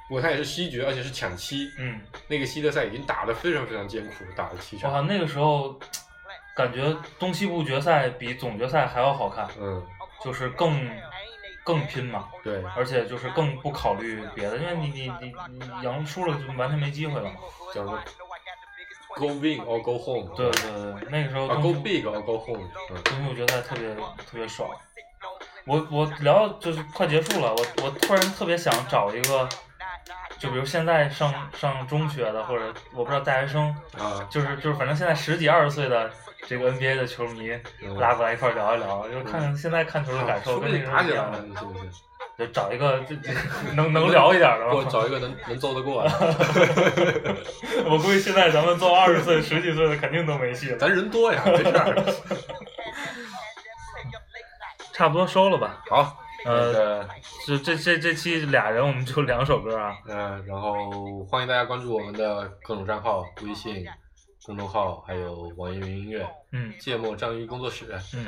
S3: 不过他也是西决，而且是抢七，
S2: 嗯，
S3: 那个系列赛已经打得非常非常艰苦，打了七
S2: 我靠，
S3: 场。
S2: 那个时候感觉东西部决赛比总决赛还要好看，
S3: 嗯，
S2: 就是更更拼嘛，
S3: 对，
S2: 而且就是更不考虑别的，因为你你你你赢输了就完全没机会了嘛。
S3: 叫什么？Go win or go home。
S2: 对对对，那个时候
S3: 啊
S2: 东
S3: ，Go
S2: 西部
S3: big or go home。嗯，
S2: 东西部决赛特别特别爽。我我聊就是快结束了，我我突然特别想找一个，就比如现在上上中学的，或者我不知道大学生，
S3: 啊，
S2: 就是就是反正现在十几二十岁的这个 NBA 的球迷
S3: 嗯
S2: 拉过来一块儿聊一聊，就是看看现在看球的感受
S3: 说不
S2: 跟那
S3: 定
S2: 个时
S3: 打
S2: 候
S3: 起
S2: 一
S3: 来
S2: 样
S3: 了，
S2: 的，
S3: 你信不信？
S2: 就找一个这 [laughs] 这能能聊一点的
S3: 我
S2: 吧。
S3: 找一个能能 [laughs] 揍得过啊的，
S2: [laughs] 我估计现在咱们做 [laughs] 二十岁、十几岁的肯定都没戏了。
S3: 咱人多呀，没事儿。 [laughs]
S2: 差不多收了吧。
S3: 好，那
S2: 呃，
S3: 个，
S2: 这这这这期俩人我们就两首歌啊。
S3: 嗯，然后欢迎大家关注我们的各种账号，微信公众号，还有网易云音乐
S2: 嗯
S3: “芥末章鱼工作室”。
S2: 嗯，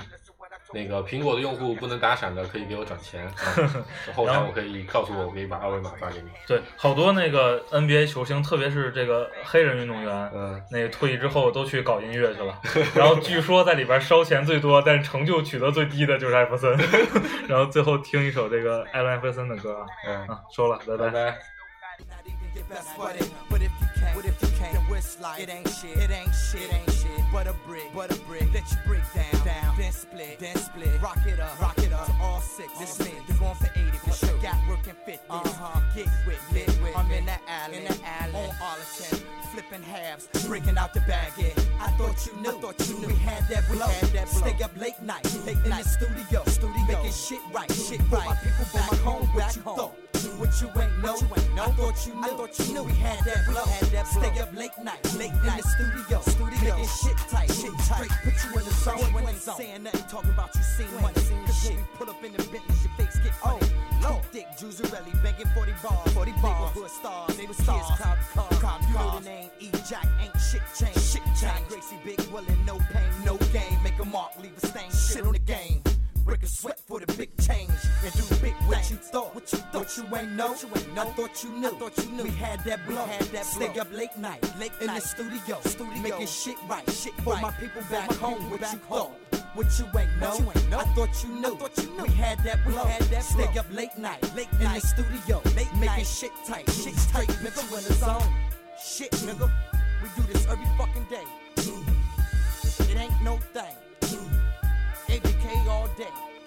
S3: 那个苹果的用户不能打赏的，可以给我转钱。嗯后台我可以告诉我，我可以把二维码发给你。
S2: 对，好多那个 NBA 球星，特别是这个黑人运动员，
S3: 嗯，
S2: 那个退役之后都去搞音乐去了，然后据说在里边烧钱最多，但是成就取得最低的就是艾弗森， [laughs] 然后最后听一首这个艾伦艾弗森的歌啊，
S3: 嗯
S2: 啊，说了，拜
S3: 拜拜。
S5: Not even your best for it. But if you can't, what if you can't? Then what's like? It ain't shit. It ain't shit. It ain't shit. But a brick, but a brick. Let you break down, down. Then split, then split. Rock it up, rock it up. To all six. This me. You're going for 80 for sure. Got working fit. Uh-huh. Get with, lit with. I'm in that alley, in that alley. On Arlington, flipping halves, breaking out the bag. Yeah. I thought you knew. I thought you knew. We had that blow. We had that blow. Stay up late night, late in night. the studio, studio. Making shit right, shit right. My people back home, back home. What you ain't know, you ain't know. I thought you knew. I thought you knew. We had that blow, had that blow. Stay up late night, late night. In the studio, studio. Making shit tight, shit tight. Put you in the zone, you ain't saying nothing. Talking about you seen money, seen shit. We pull up in the Bentley, your face get oh. Low. Dick Juzzarelli banging 40 bars, 40 bars. They were stars, they were stars. Cop, cop, cop. You know the name E. Jack ain't shit changed. Shit changed. Gracie Big Willin', no pain, no gain. Make a mark, leave a stain. Shit on the game. Break a sweat for the big change and do big what you thought, what you thought you ain't know, you ain't know. I thought you knew, I thought you knew. We had that blow, had that stay up late night, late in the studio, studio, making shit right, shit for my people back home. what you thought, what you ain't know, you ain't know. I thought you knew, thought you knew. We had that blow, had that stay up late night, late in the studio, late making shit tight, shit tight, nigga when it's on, shit nigga. We do this every fucking day. It ain't no thing. ABK all day.